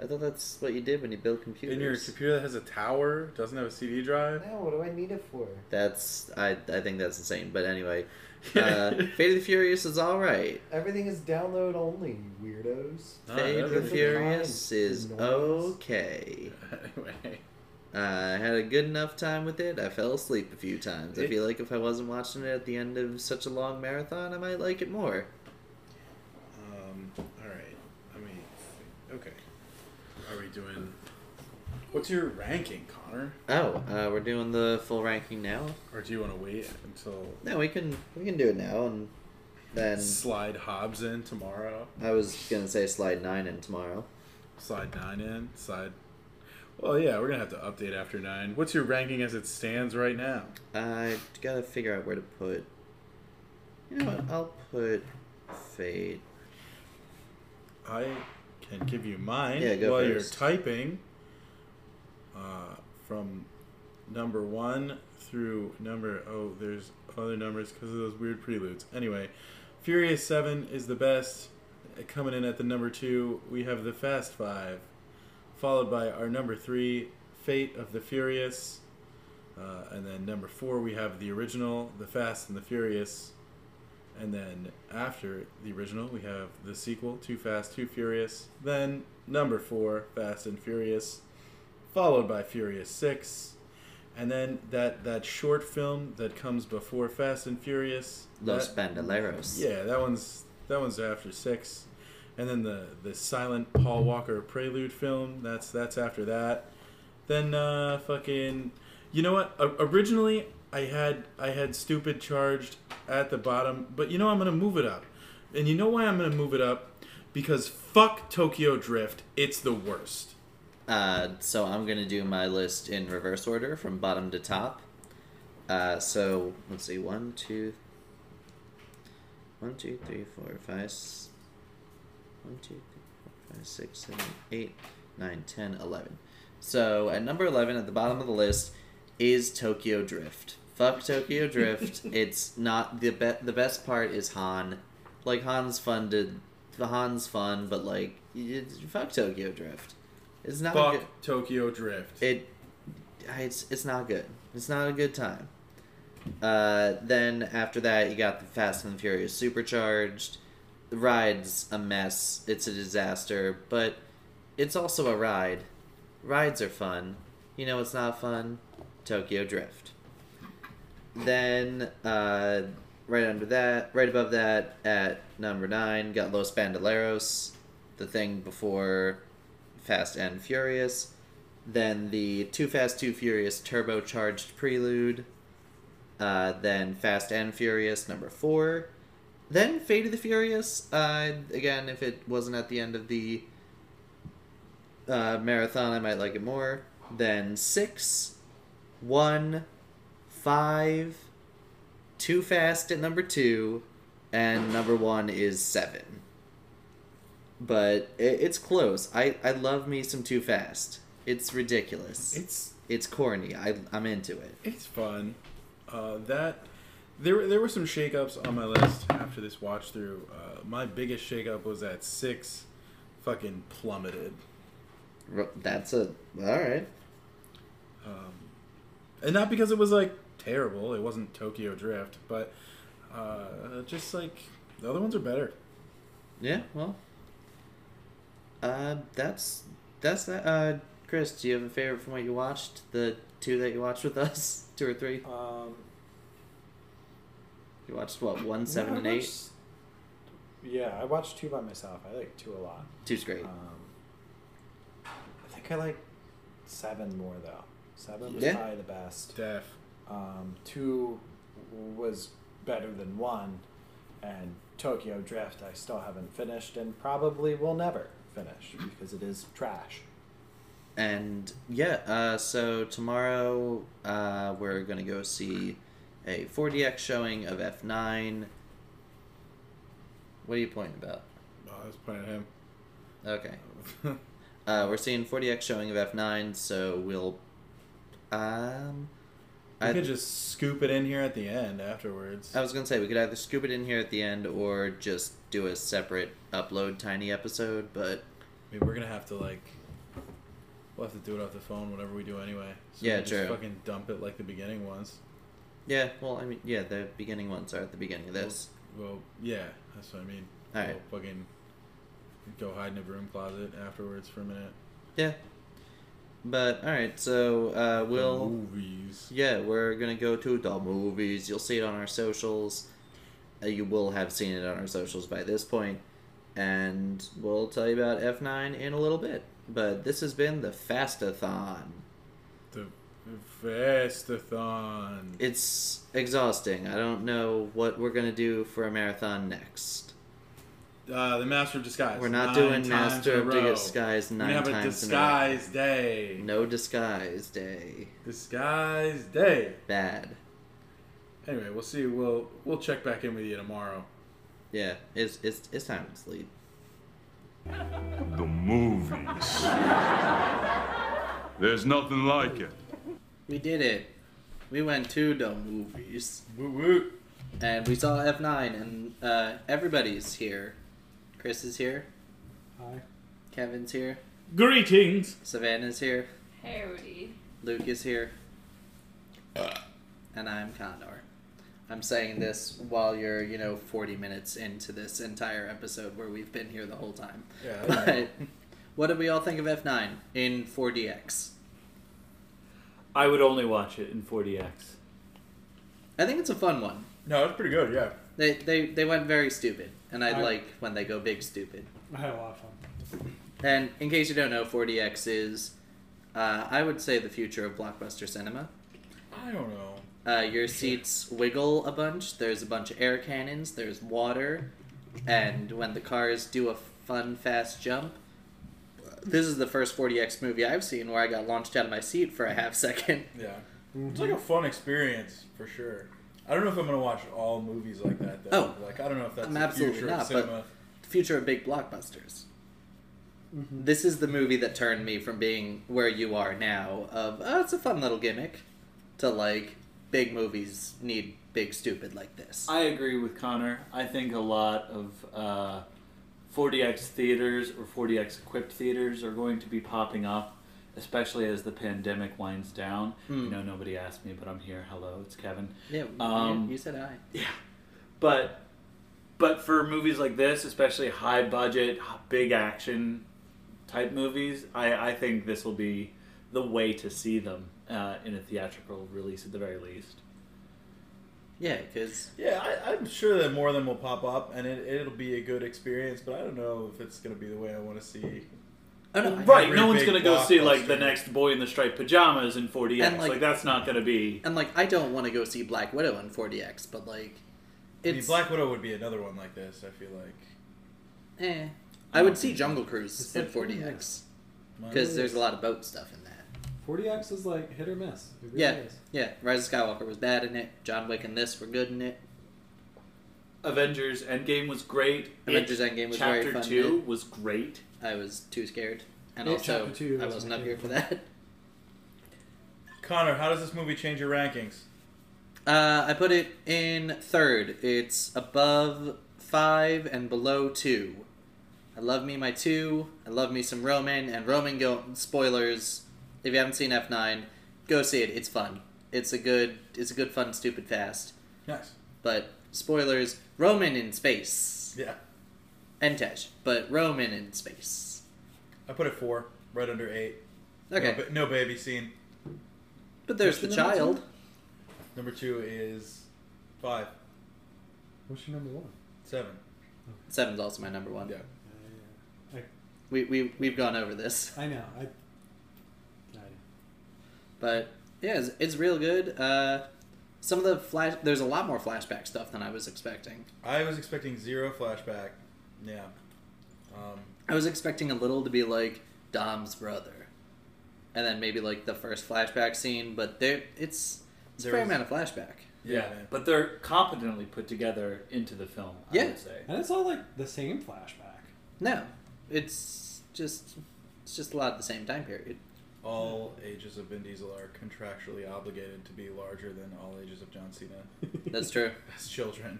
Speaker 1: I thought that's what you did when you built computers.
Speaker 4: And your computer that has a tower doesn't have a CD drive.
Speaker 3: No, what do I need it for?
Speaker 1: That's I I think that's insane. But anyway, uh, Fate of the Furious is all right.
Speaker 3: Everything is download only, you weirdos.
Speaker 4: Ah,
Speaker 1: Fate of
Speaker 4: that's
Speaker 1: the
Speaker 4: really
Speaker 1: Furious
Speaker 3: fine.
Speaker 1: is
Speaker 3: Noise.
Speaker 1: okay.
Speaker 4: anyway,
Speaker 1: Uh, I had a good enough time with it. I fell asleep a few times. I
Speaker 4: It-
Speaker 1: feel like if I wasn't watching it at the end of such a long marathon, I might like it more.
Speaker 4: um, all right. I mean, doing. What's your ranking, Connor?
Speaker 1: Oh, uh, we're doing the full ranking now.
Speaker 4: Or do you want to wait until
Speaker 1: No, we can we can do it now, and then
Speaker 4: slide Hobbs in tomorrow?
Speaker 1: I was gonna say slide nine in tomorrow.
Speaker 4: Slide nine in. Slide. Well, yeah, we're gonna have to update after nine. What's your ranking as it stands right now?
Speaker 1: I gotta figure out where to put. You know what? I'll put fade.
Speaker 4: I can give you mine
Speaker 1: Yeah, go
Speaker 4: while you you're
Speaker 1: first.
Speaker 4: typing. Uh, from number one through number oh, there's other numbers because of those weird preludes. Anyway, Furious Seven is the best. Uh, Coming in at the number two, we have the Fast Five, followed by our number three, Fate of the Furious, uh, and then number four we have the original, the Fast and the Furious. And then after the original, we have the sequel, Too Fast, Too Furious. Then number four, Fast and Furious, followed by Furious Six, and then that that short film that comes before Fast and Furious.
Speaker 1: Los
Speaker 4: that-
Speaker 1: Bandoleros.
Speaker 4: yeah, that one's that one's after six, and then the the silent Paul Walker prelude film. That's that's after that. Then uh, fucking, you know what? O- originally, I had I had stupid charged at the bottom, but you know I'm gonna move it up, and you know why I'm gonna move it up, because fuck Tokyo Drift. It's the worst.
Speaker 1: Uh, so I'm gonna do my list in reverse order from bottom to top. Uh, so let's see, one, two, one, two, three, four, five, s- one, two, three, four, five, six, seven, eight, nine, ten, eleven. So at number eleven, at the bottom of the list, is Tokyo Drift. Fuck Tokyo Drift. it's not the be- the best part is Han. Like Han's fun to, the Han's fun, but like it, fuck Tokyo Drift. It's not
Speaker 4: Fuck
Speaker 1: good.
Speaker 4: Tokyo Drift.
Speaker 1: It, it's it's not good. It's not a good time. Uh, then after that, you got the Fast and the Furious Supercharged. The ride's a mess. It's a disaster, but it's also a ride. Rides are fun. You know, it's not fun. Tokyo Drift. Then, uh, right under that, right above that, at number nine, got Los Bandoleros, the thing before Fast and Furious then the Too Fast, Too Furious turbocharged prelude, uh, then Fast and Furious number four, then Fate of the Furious. Uh, again, if it wasn't at the end of the uh, marathon, I might like it more. Then six, one, five, Too Fast at number two, and number one is seven. But it, it's close. I, I love me some Too Fast. It's ridiculous.
Speaker 4: it's
Speaker 1: It's corny. I, I'm into it.
Speaker 4: It's fun. Uh, that there there were some shakeups on my list after this watch through. Uh, my biggest shakeup was at six, fucking plummeted.
Speaker 1: R- That's a all right.
Speaker 4: Um, and not because it was like terrible. It wasn't Tokyo Drift, but uh, just like the other ones are better.
Speaker 1: Yeah. Well. Uh, that's that's that. Uh, Chris, do you have a favorite from what you watched? The two that you watched with us, two or three.
Speaker 10: Um,
Speaker 1: You watched what? One, seven,
Speaker 3: Yeah, I
Speaker 1: and eight.
Speaker 3: watched- Yeah, I watched two by myself. I like two a lot.
Speaker 1: Two's great.
Speaker 3: Um, I think I like seven more though. Seven was
Speaker 1: Yeah.
Speaker 3: probably the best.
Speaker 4: Def.
Speaker 3: Um, two was better than one, and Tokyo Drift I still haven't finished and probably will never finish because it is trash.
Speaker 1: And yeah, uh, so tomorrow uh, we're gonna go see a 4DX showing of F9. What are you pointing about?
Speaker 4: Oh, I was pointing at him.
Speaker 1: Okay. Uh, we're seeing 40x showing of F9, so we'll. Um,
Speaker 4: I
Speaker 1: I-
Speaker 4: could just scoop it in here at the end afterwards.
Speaker 1: I was gonna say we could either scoop it in here at the end or just do a separate upload tiny episode, but
Speaker 4: I mean, we're gonna have to like, we'll have to do it off the phone, whatever we do anyway. So
Speaker 1: Yeah,
Speaker 4: we just
Speaker 1: true.
Speaker 4: Fucking dump it like the beginning ones.
Speaker 1: yeah. Well, I mean, yeah, the beginning ones are at the beginning of this.
Speaker 4: Well, yeah, that's what I mean.
Speaker 1: All right.
Speaker 4: We'll fucking go hide in a broom closet afterwards for a minute.
Speaker 1: Yeah. But all right, so uh, we'll.
Speaker 4: movies.
Speaker 1: Yeah, we're gonna go to the movies. You'll see it on our socials. Uh, you will have seen it on our socials by this point. and we'll tell you about F9 in a little bit. But this has been the Fastathon.
Speaker 4: The Vestathon.
Speaker 1: It's exhausting. I don't know what we're going to do for a marathon next.
Speaker 4: Uh, the Master of Disguise.
Speaker 1: We're not
Speaker 4: Nine
Speaker 1: doing
Speaker 4: times
Speaker 1: Master
Speaker 4: in
Speaker 1: of
Speaker 4: a row.
Speaker 1: Disguise
Speaker 4: We
Speaker 1: nine
Speaker 4: have a
Speaker 1: times in
Speaker 4: disguise day.
Speaker 1: a row. No disguise day.
Speaker 4: Disguise day.
Speaker 1: Bad.
Speaker 4: Anyway, we'll see. We'll we'll check back in with you tomorrow.
Speaker 1: Yeah, it's it's it's time to sleep.
Speaker 12: The movies. There's nothing like it.
Speaker 1: We did it. We went to the movies.
Speaker 4: Woot woot.
Speaker 1: and we saw F9, and uh, everybody's here. Chris is here.
Speaker 3: Hi.
Speaker 1: Kevin's here.
Speaker 10: Greetings.
Speaker 1: Savannah's here.
Speaker 13: Howdy.
Speaker 1: Luke is here. And I'm Condor. I'm saying this while you're, you know, 40 minutes into this entire episode where we've been here the whole time.
Speaker 4: Yeah, I
Speaker 1: But what did we all think of F9 in 4DX?
Speaker 10: I would only watch it in 40x.
Speaker 1: I think it's a fun one.
Speaker 4: No, it's pretty good. Yeah.
Speaker 1: They, they, they went very stupid, and I
Speaker 3: I-
Speaker 1: like when they go big stupid.
Speaker 3: I had a lot of fun.
Speaker 1: And in case you don't know, 4DX is, uh, I would say, the future of blockbuster cinema.
Speaker 4: I don't know.
Speaker 1: Uh, your seats wiggle a bunch. There's a bunch of air cannons. There's water, and when the cars do a fun fast jump, this is the first 40x movie I've seen where I got launched out of my seat for a half second.
Speaker 4: Yeah. It's like a fun experience for sure. I don't know if I'm gonna watch all movies like that though.
Speaker 1: Oh.
Speaker 4: Like I don't know if that's
Speaker 1: I'm
Speaker 4: the
Speaker 1: absolutely
Speaker 4: future of
Speaker 1: not, but-
Speaker 4: cinema.
Speaker 1: Future of big blockbusters. This is the movie that turned me from being where you are now of oh, it's a fun little gimmick, to like big movies need big stupid like this.
Speaker 10: I agree with Connor. I think a lot of uh, 40x theaters or 40x equipped theaters are going to be popping up, especially as the pandemic winds down.
Speaker 1: Hmm.
Speaker 10: You know, nobody asked me, but I'm here. Hello, it's Kevin.
Speaker 1: Yeah,
Speaker 10: Um,
Speaker 1: you, you said I.
Speaker 10: But but for movies like this, especially high budget, h- big action type movies, I, I think this will be the way to see them uh, in a theatrical release at the very least.
Speaker 1: Yeah, because
Speaker 4: Yeah, I, I'm sure that more of them will pop up, and it, it'll be a good experience. But I don't know if it's gonna be the way I want to see.
Speaker 1: oh no, I-
Speaker 10: right,
Speaker 4: every
Speaker 10: no one's
Speaker 4: big
Speaker 10: gonna go see like the
Speaker 4: blockbuster.
Speaker 10: next Boy in the Striped Pajamas in 40x.
Speaker 1: And,
Speaker 10: like,
Speaker 1: like-
Speaker 10: that's not gonna be.
Speaker 1: and like I don't want to go see Black Widow in 4DX, but like
Speaker 4: I mean,
Speaker 1: it's
Speaker 4: Black Widow would be another one like this. I feel like
Speaker 1: eh. I would see Jungle Cruise in 4DX because there's a lot of boat stuff in that.
Speaker 3: 40X is like hit or miss. It really
Speaker 1: Yeah.
Speaker 3: is.
Speaker 1: Yeah, Rise of Skywalker was bad in it. John Wick and this were good in it.
Speaker 10: Avengers Endgame was great.
Speaker 1: Avengers
Speaker 10: It-
Speaker 1: Endgame was
Speaker 10: Chapter
Speaker 1: very fun,
Speaker 10: Two
Speaker 1: yeah.
Speaker 10: was great.
Speaker 1: I was too scared, and
Speaker 3: Yeah,
Speaker 1: also
Speaker 3: Chapter Two
Speaker 1: I
Speaker 3: was
Speaker 1: wasn't
Speaker 3: my
Speaker 1: up here for
Speaker 3: favorite.
Speaker 1: that.
Speaker 4: Connor. How does this movie change your rankings?
Speaker 1: Uh, I put it in third. It's above five and below two. I love me my two. I love me some Roman and Roman. Go spoilers. If you haven't seen F nine, go see it. It's fun. It's a good. It's a good fun stupid fast.
Speaker 4: Nice.
Speaker 1: But spoilers. Roman in space
Speaker 4: Yeah,
Speaker 1: and Tej, but Roman in space.
Speaker 4: I put it four, right under eight.
Speaker 1: Okay,
Speaker 4: No, ba- no baby scene.
Speaker 1: but there's the
Speaker 3: What's the number
Speaker 1: child.
Speaker 4: Number two is five,
Speaker 3: What's your number one?
Speaker 4: seven.
Speaker 1: Seven's also my number one.
Speaker 4: Yeah.
Speaker 1: We we we've gone over this.
Speaker 3: I know. I. I
Speaker 1: But yeah, it's, it's real good. Uh, some of the flash, there's a lot more flashback stuff than I was expecting.
Speaker 4: I was expecting zero flashback. Yeah. Um,
Speaker 1: I was expecting a little to be like Dom's brother, and then maybe like the first flashback scene. But there, it's it's a
Speaker 4: There
Speaker 1: fair
Speaker 4: is-
Speaker 1: amount of flashback.
Speaker 4: yeah, man.
Speaker 10: but they're competently put together into the film. I
Speaker 1: Yeah.
Speaker 10: would say.
Speaker 3: And it's all like the same flashback.
Speaker 1: No, it's just it's just a lot of the same time period.
Speaker 4: All ages of Vin Diesel are contractually obligated to be larger than all ages of John Cena
Speaker 1: That's true.
Speaker 4: as children.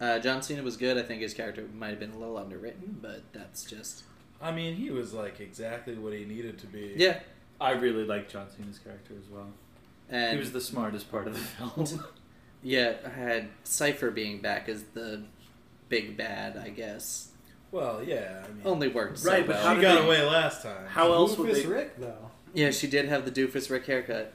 Speaker 1: Uh, John Cena was good. I think his character might have been a little underwritten, but that's just
Speaker 4: I mean, he was like exactly what he needed to be.
Speaker 1: yeah.
Speaker 10: I really like John Cena's character as well.
Speaker 1: And
Speaker 10: he was the smartest part of the film.
Speaker 1: yeah, I had Cipher being back as the big bad. I guess
Speaker 4: Well, yeah. I mean,
Speaker 1: only worked so
Speaker 10: Right, but
Speaker 1: well.
Speaker 10: how
Speaker 4: she
Speaker 10: did
Speaker 4: got
Speaker 10: they-
Speaker 4: away last time.
Speaker 10: How else would
Speaker 3: Rufus
Speaker 10: they?
Speaker 3: Rick though?
Speaker 1: Yeah, she did have the doofus Rick haircut.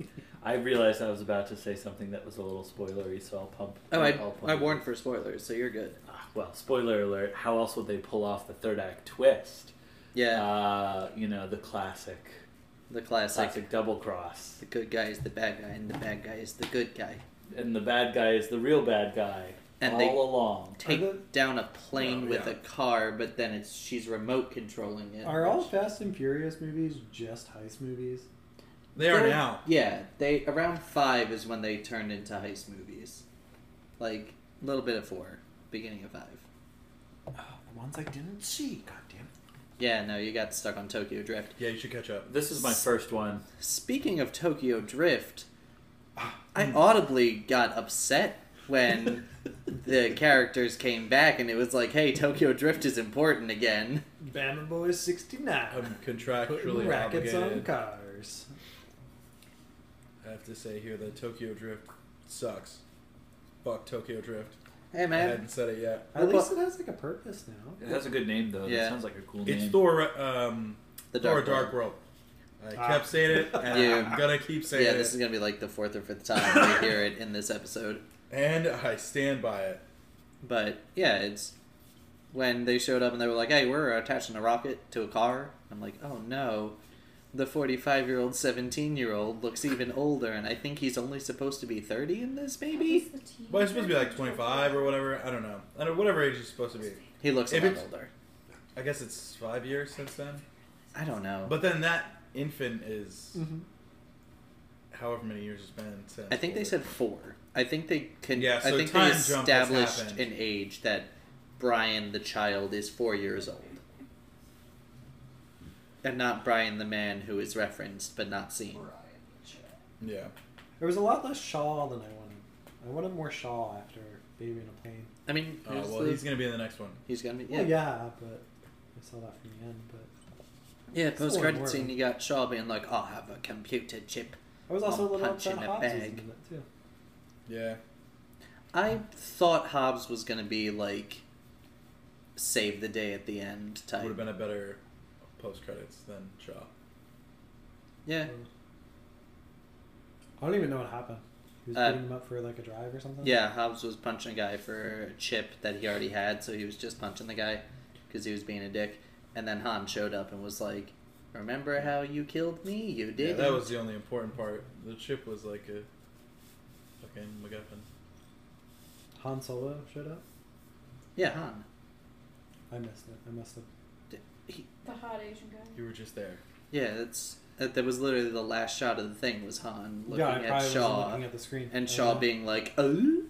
Speaker 10: I realized I was about to say something that was a little spoilery, so I'll pump.
Speaker 1: Oh, I,
Speaker 10: I'll pump
Speaker 1: I
Speaker 10: it.
Speaker 1: warned for spoilers, so you're good.
Speaker 10: Ah, Well, spoiler alert. How else would they pull off the third act twist?
Speaker 1: Yeah,
Speaker 10: Uh, you know the classic,
Speaker 1: the classic.
Speaker 10: classic double cross,
Speaker 1: The good guy is the bad guy, and the bad guy is the good guy.
Speaker 10: and the bad guy is the real bad guy
Speaker 1: And
Speaker 10: all
Speaker 1: they-
Speaker 10: along.
Speaker 1: Take down a plane
Speaker 4: Oh,
Speaker 1: with
Speaker 4: yeah.
Speaker 1: a car, but then it's she's remote controlling it.
Speaker 3: Are all
Speaker 1: which-
Speaker 3: Fast and Furious movies just heist movies?
Speaker 4: They are now.
Speaker 1: Yeah, they around five is when they turned into heist movies, like a little bit of four, beginning of five.
Speaker 11: Oh, The ones I didn't see. God damn it.
Speaker 1: Yeah, no, you got stuck on Tokyo Drift.
Speaker 4: Yeah, you should catch up.
Speaker 10: This is my first one.
Speaker 1: Speaking of Tokyo Drift, I
Speaker 11: Hmm.
Speaker 4: Hmm.
Speaker 1: audibly got upset when the characters came back and it was like, hey, Tokyo Drift is important again.
Speaker 3: Bama Boy 69.
Speaker 4: I'm
Speaker 3: Putting
Speaker 4: contractually
Speaker 3: rackets on
Speaker 4: obligated.
Speaker 3: cars.
Speaker 4: I have to say here that Tokyo Drift sucks. Fuck Tokyo Drift.
Speaker 1: Hey,
Speaker 4: I
Speaker 1: man.
Speaker 4: hadn't said it yet.
Speaker 3: At least it has like a purpose now.
Speaker 10: It has a good name though.
Speaker 1: Yeah.
Speaker 10: It sounds like a cool
Speaker 4: It's
Speaker 10: name.
Speaker 4: Thor. Um,
Speaker 1: The
Speaker 4: Thor:
Speaker 1: Dark,
Speaker 4: Dark,
Speaker 1: World.
Speaker 4: World. I
Speaker 3: Ah.
Speaker 4: kept saying it, and
Speaker 1: Yeah.
Speaker 4: I'm gonna keep saying
Speaker 1: Yeah,
Speaker 4: it,
Speaker 1: this is going to be like the fourth or fifth time we hear it in this episode.
Speaker 4: and I stand by it.
Speaker 1: But yeah, it's when they showed up and they were like, "Hey, we're attaching a rocket to a car." I'm like, "Oh no." The 45 year old, 17 year old looks even older, and I think he's only supposed to be 30 in this, maybe?
Speaker 4: Well, it's supposed to be like 25 or whatever. I don't know. I don't, whatever age it's supposed to be.
Speaker 1: He looks a
Speaker 4: If
Speaker 1: lot
Speaker 4: it's-
Speaker 1: older.
Speaker 4: I guess it's five years since then.
Speaker 1: I don't know.
Speaker 4: But then that infant is
Speaker 1: Mm-hmm.
Speaker 3: Mm-hmm.
Speaker 4: however many years it's been since.
Speaker 1: I think they said four. I think they can.
Speaker 4: Yeah, so
Speaker 1: I think they
Speaker 4: time jump has
Speaker 1: established
Speaker 4: happened.
Speaker 1: an age that Brian the child is four years old, and not Brian the man who is referenced but not seen.
Speaker 4: Yeah.
Speaker 3: There was a lot less Shaw than I wanted. I wanted more Shaw after Baby in a Plane.
Speaker 1: I mean,
Speaker 4: Uh,
Speaker 1: who's
Speaker 4: well,
Speaker 1: the-
Speaker 4: he's gonna be in the next one.
Speaker 1: he's gonna be
Speaker 3: Yeah, well, yeah, but I saw that from the end. But
Speaker 1: Yeah,
Speaker 3: a
Speaker 1: post credit
Speaker 3: word.
Speaker 1: scene, you got Shaw being like, I'll have a computer chip.
Speaker 3: I was also
Speaker 1: Oh,
Speaker 3: a little
Speaker 1: punch
Speaker 3: upset
Speaker 1: in a
Speaker 3: Hobbs was in
Speaker 1: bag.
Speaker 3: it too.
Speaker 4: Yeah.
Speaker 1: I thought Hobbs was going to be like, save the day at the end
Speaker 4: Would have
Speaker 1: type.
Speaker 4: been a better post credits than Shaw.
Speaker 1: Yeah.
Speaker 3: I don't even know what happened. He was
Speaker 1: Uh,
Speaker 3: beating him up for like a drive or something.
Speaker 1: Yeah, Hobbs was punching a guy for a chip that he already had, so he was just punching the guy because he was being a dick. And then Han showed up and was like, Remember how you killed me? You
Speaker 4: Yeah,
Speaker 1: did.
Speaker 4: that was the only important part. The chip was like a fucking MacGuffin.
Speaker 3: Han Solo showed up.
Speaker 1: Yeah, Han.
Speaker 3: I missed it. I missed it.
Speaker 13: The hot Asian guy.
Speaker 4: You were just there.
Speaker 1: Yeah, that's. That, that was literally the last shot of the thing was Han looking
Speaker 3: yeah, I
Speaker 1: at
Speaker 3: probably
Speaker 1: Shaw
Speaker 3: was looking at the screen.
Speaker 1: and
Speaker 3: I
Speaker 1: Shaw
Speaker 3: know.
Speaker 1: being like, "Oh,
Speaker 3: Did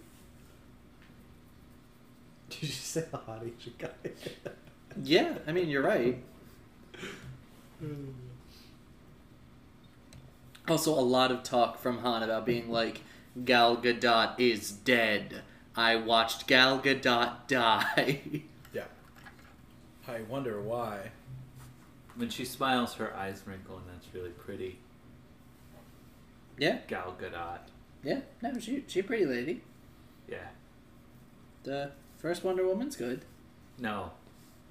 Speaker 3: you say the hot Asian guy?
Speaker 1: yeah." I mean, you're right. Also, a lot of talk from Han about being like, Gal Gadot is dead. I watched Gal Gadot die.
Speaker 4: Yeah. I wonder why.
Speaker 10: When she smiles, her eyes wrinkle, and that's really pretty.
Speaker 1: yeah,
Speaker 10: Gal Gadot.
Speaker 1: yeah. No, she she a pretty lady.
Speaker 10: Yeah.
Speaker 1: The first Wonder Woman's good.
Speaker 10: No,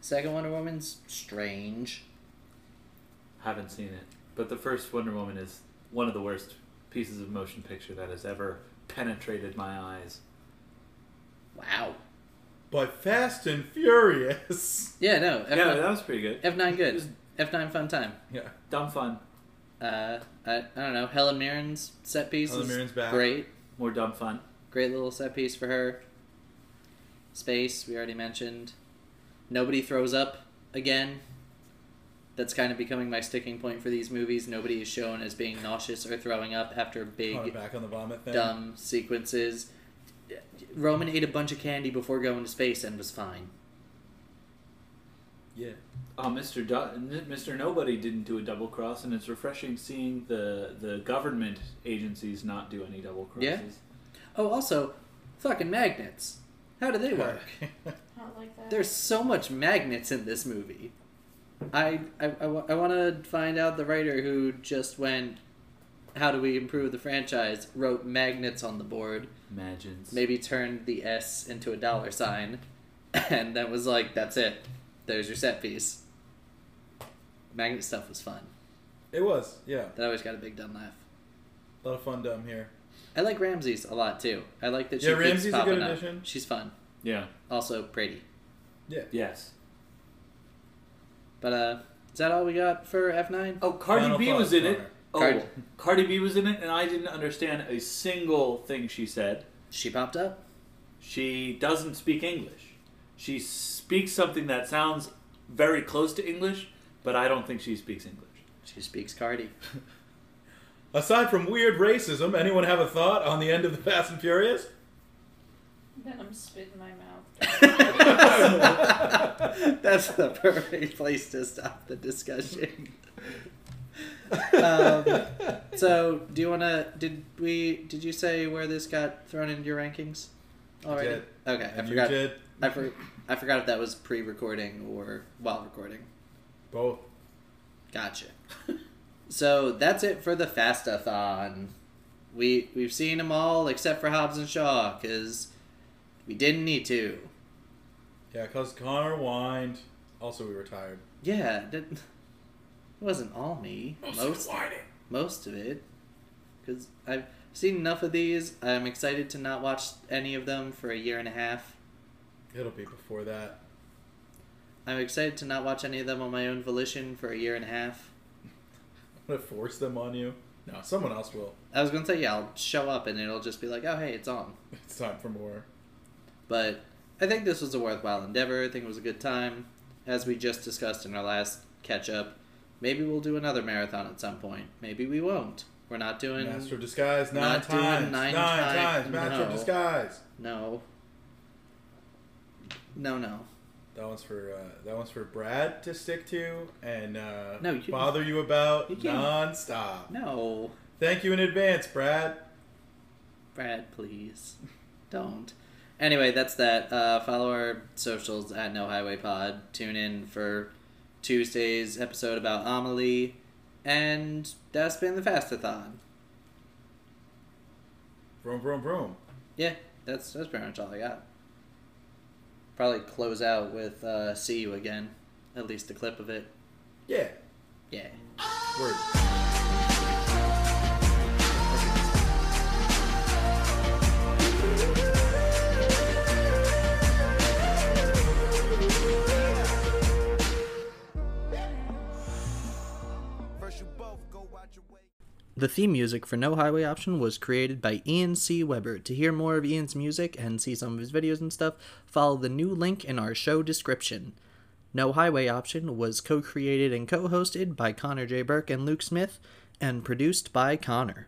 Speaker 1: Second Wonder Woman's strange.
Speaker 10: haven't seen it. But the first Wonder Woman is one of the worst pieces of motion picture that has ever penetrated my eyes.
Speaker 1: Wow.
Speaker 4: But Fast and Furious.
Speaker 1: Yeah, no. F9,
Speaker 10: yeah, that was pretty good.
Speaker 1: F9 good. F9 fun time.
Speaker 4: Yeah.
Speaker 10: Dumb fun.
Speaker 1: Uh, I, I don't know. Helen Mirren's set piece
Speaker 4: Helen
Speaker 1: is
Speaker 4: Mirren's back.
Speaker 1: great.
Speaker 10: More dumb fun.
Speaker 1: Great little set piece for her. Space, we already mentioned. Nobody throws up again. That's kind of becoming my sticking point for these movies. Nobody is shown as being nauseous or throwing up after
Speaker 4: Oh,
Speaker 1: big,
Speaker 4: back on the vomit thing.
Speaker 1: dumb sequences. Roman ate a bunch of candy before going to space and was fine.
Speaker 4: Yeah.
Speaker 10: Oh, Mr. Do- N- Mr. Nobody didn't do a double cross, and it's refreshing seeing the the government agencies not do any double crosses.
Speaker 1: Yeah. Oh, also, fucking magnets. How do they work?
Speaker 13: Not like that.
Speaker 1: There's so much magnets in this movie. I I, want to find out the writer who just went. How do we improve the franchise? Wrote magnets on the board.
Speaker 10: Imagines.
Speaker 1: Maybe turned the S into a dollar sign, and that was like, that's it. There's your set piece. Magnet stuff was fun.
Speaker 4: It was, yeah.
Speaker 1: That always got a big dumb laugh.
Speaker 4: A lot of fun dumb here.
Speaker 1: I like Ramses a lot too. I like that she
Speaker 4: Yeah,
Speaker 1: keeps
Speaker 4: Ramsey's a good
Speaker 1: popping up.
Speaker 4: addition.
Speaker 1: She's fun.
Speaker 10: Yeah.
Speaker 1: Also pretty.
Speaker 4: Yeah.
Speaker 10: Yes.
Speaker 1: But uh is that all we got for F nine?
Speaker 10: Oh, Cardi
Speaker 4: Final
Speaker 10: B
Speaker 4: thoughts,
Speaker 10: was in it.
Speaker 4: Connor.
Speaker 10: Oh,
Speaker 1: Cardi-
Speaker 10: Cardi B was in it, and I didn't understand a single thing she said.
Speaker 1: She popped up.
Speaker 10: She doesn't speak English. She speaks something that sounds very close to English, but I don't think she speaks English.
Speaker 1: She speaks Cardi.
Speaker 4: Aside from weird racism, anyone have a thought on the end of the Fast and Furious?
Speaker 13: Then I'm spit in my mouth.
Speaker 1: That's the perfect place to stop the discussion. um, so, do you want to? Did we? Did you say where this got thrown into your rankings? Already.
Speaker 4: did.
Speaker 1: Okay, I
Speaker 4: And you
Speaker 1: forgot.
Speaker 4: did
Speaker 1: I, for, I forgot if that was pre-recording or while recording.
Speaker 4: both.
Speaker 1: Gotcha. so that's it for the Fastathon. We we've seen them all except for Hobbs and Shaw because we didn't need to.
Speaker 4: Yeah, cause Connor whined. Also, we were tired.
Speaker 1: Yeah, that it wasn't all me. Most most of it, because I've seen enough of these. I'm excited to not watch any of them for a year and a half.
Speaker 4: It'll be before that.
Speaker 1: I'm excited to not watch any of them on my own volition for a year and a half.
Speaker 4: I'm gonna force them on you. No, someone else will.
Speaker 1: I was gonna say yeah, I'll show up and it'll just be like, oh hey, it's on.
Speaker 4: It's time for more.
Speaker 1: But I think this was a worthwhile endeavor. I think it was a good time, as we just discussed in our last catch up. Maybe we'll do another marathon at some point. Maybe we won't. We're not doing
Speaker 4: Master of Disguise nine
Speaker 1: Not doing
Speaker 4: times.
Speaker 1: nine time-
Speaker 4: times. Master of
Speaker 1: no.
Speaker 4: Disguise.
Speaker 1: no. No, no.
Speaker 4: That one's for uh, that one's for Brad to stick to and uh,
Speaker 1: No, you-
Speaker 4: bother you about
Speaker 1: you can't.
Speaker 4: nonstop.
Speaker 1: No,
Speaker 4: Thank you in advance, Brad.
Speaker 1: Brad, please. Don't. Anyway, that's that. Uh, follow our socials at No Highway Pod. Tune in for Tuesday's episode about Amelie. And that's been the Fastathon.
Speaker 4: Vroom vroom vroom.
Speaker 1: Yeah, that's that's pretty much all I got. Probably close out with uh, "See You Again," at least a clip of it.
Speaker 4: Yeah.
Speaker 1: Yeah.
Speaker 4: Word.
Speaker 1: The theme music for No Highway Option was created by Ian C. Weber. To hear more of Ian's music and see some of his videos and stuff, follow the new link in our show description. No Highway Option was co created and co hosted by Connor J. Burke and Luke Smith, and produced by Connor.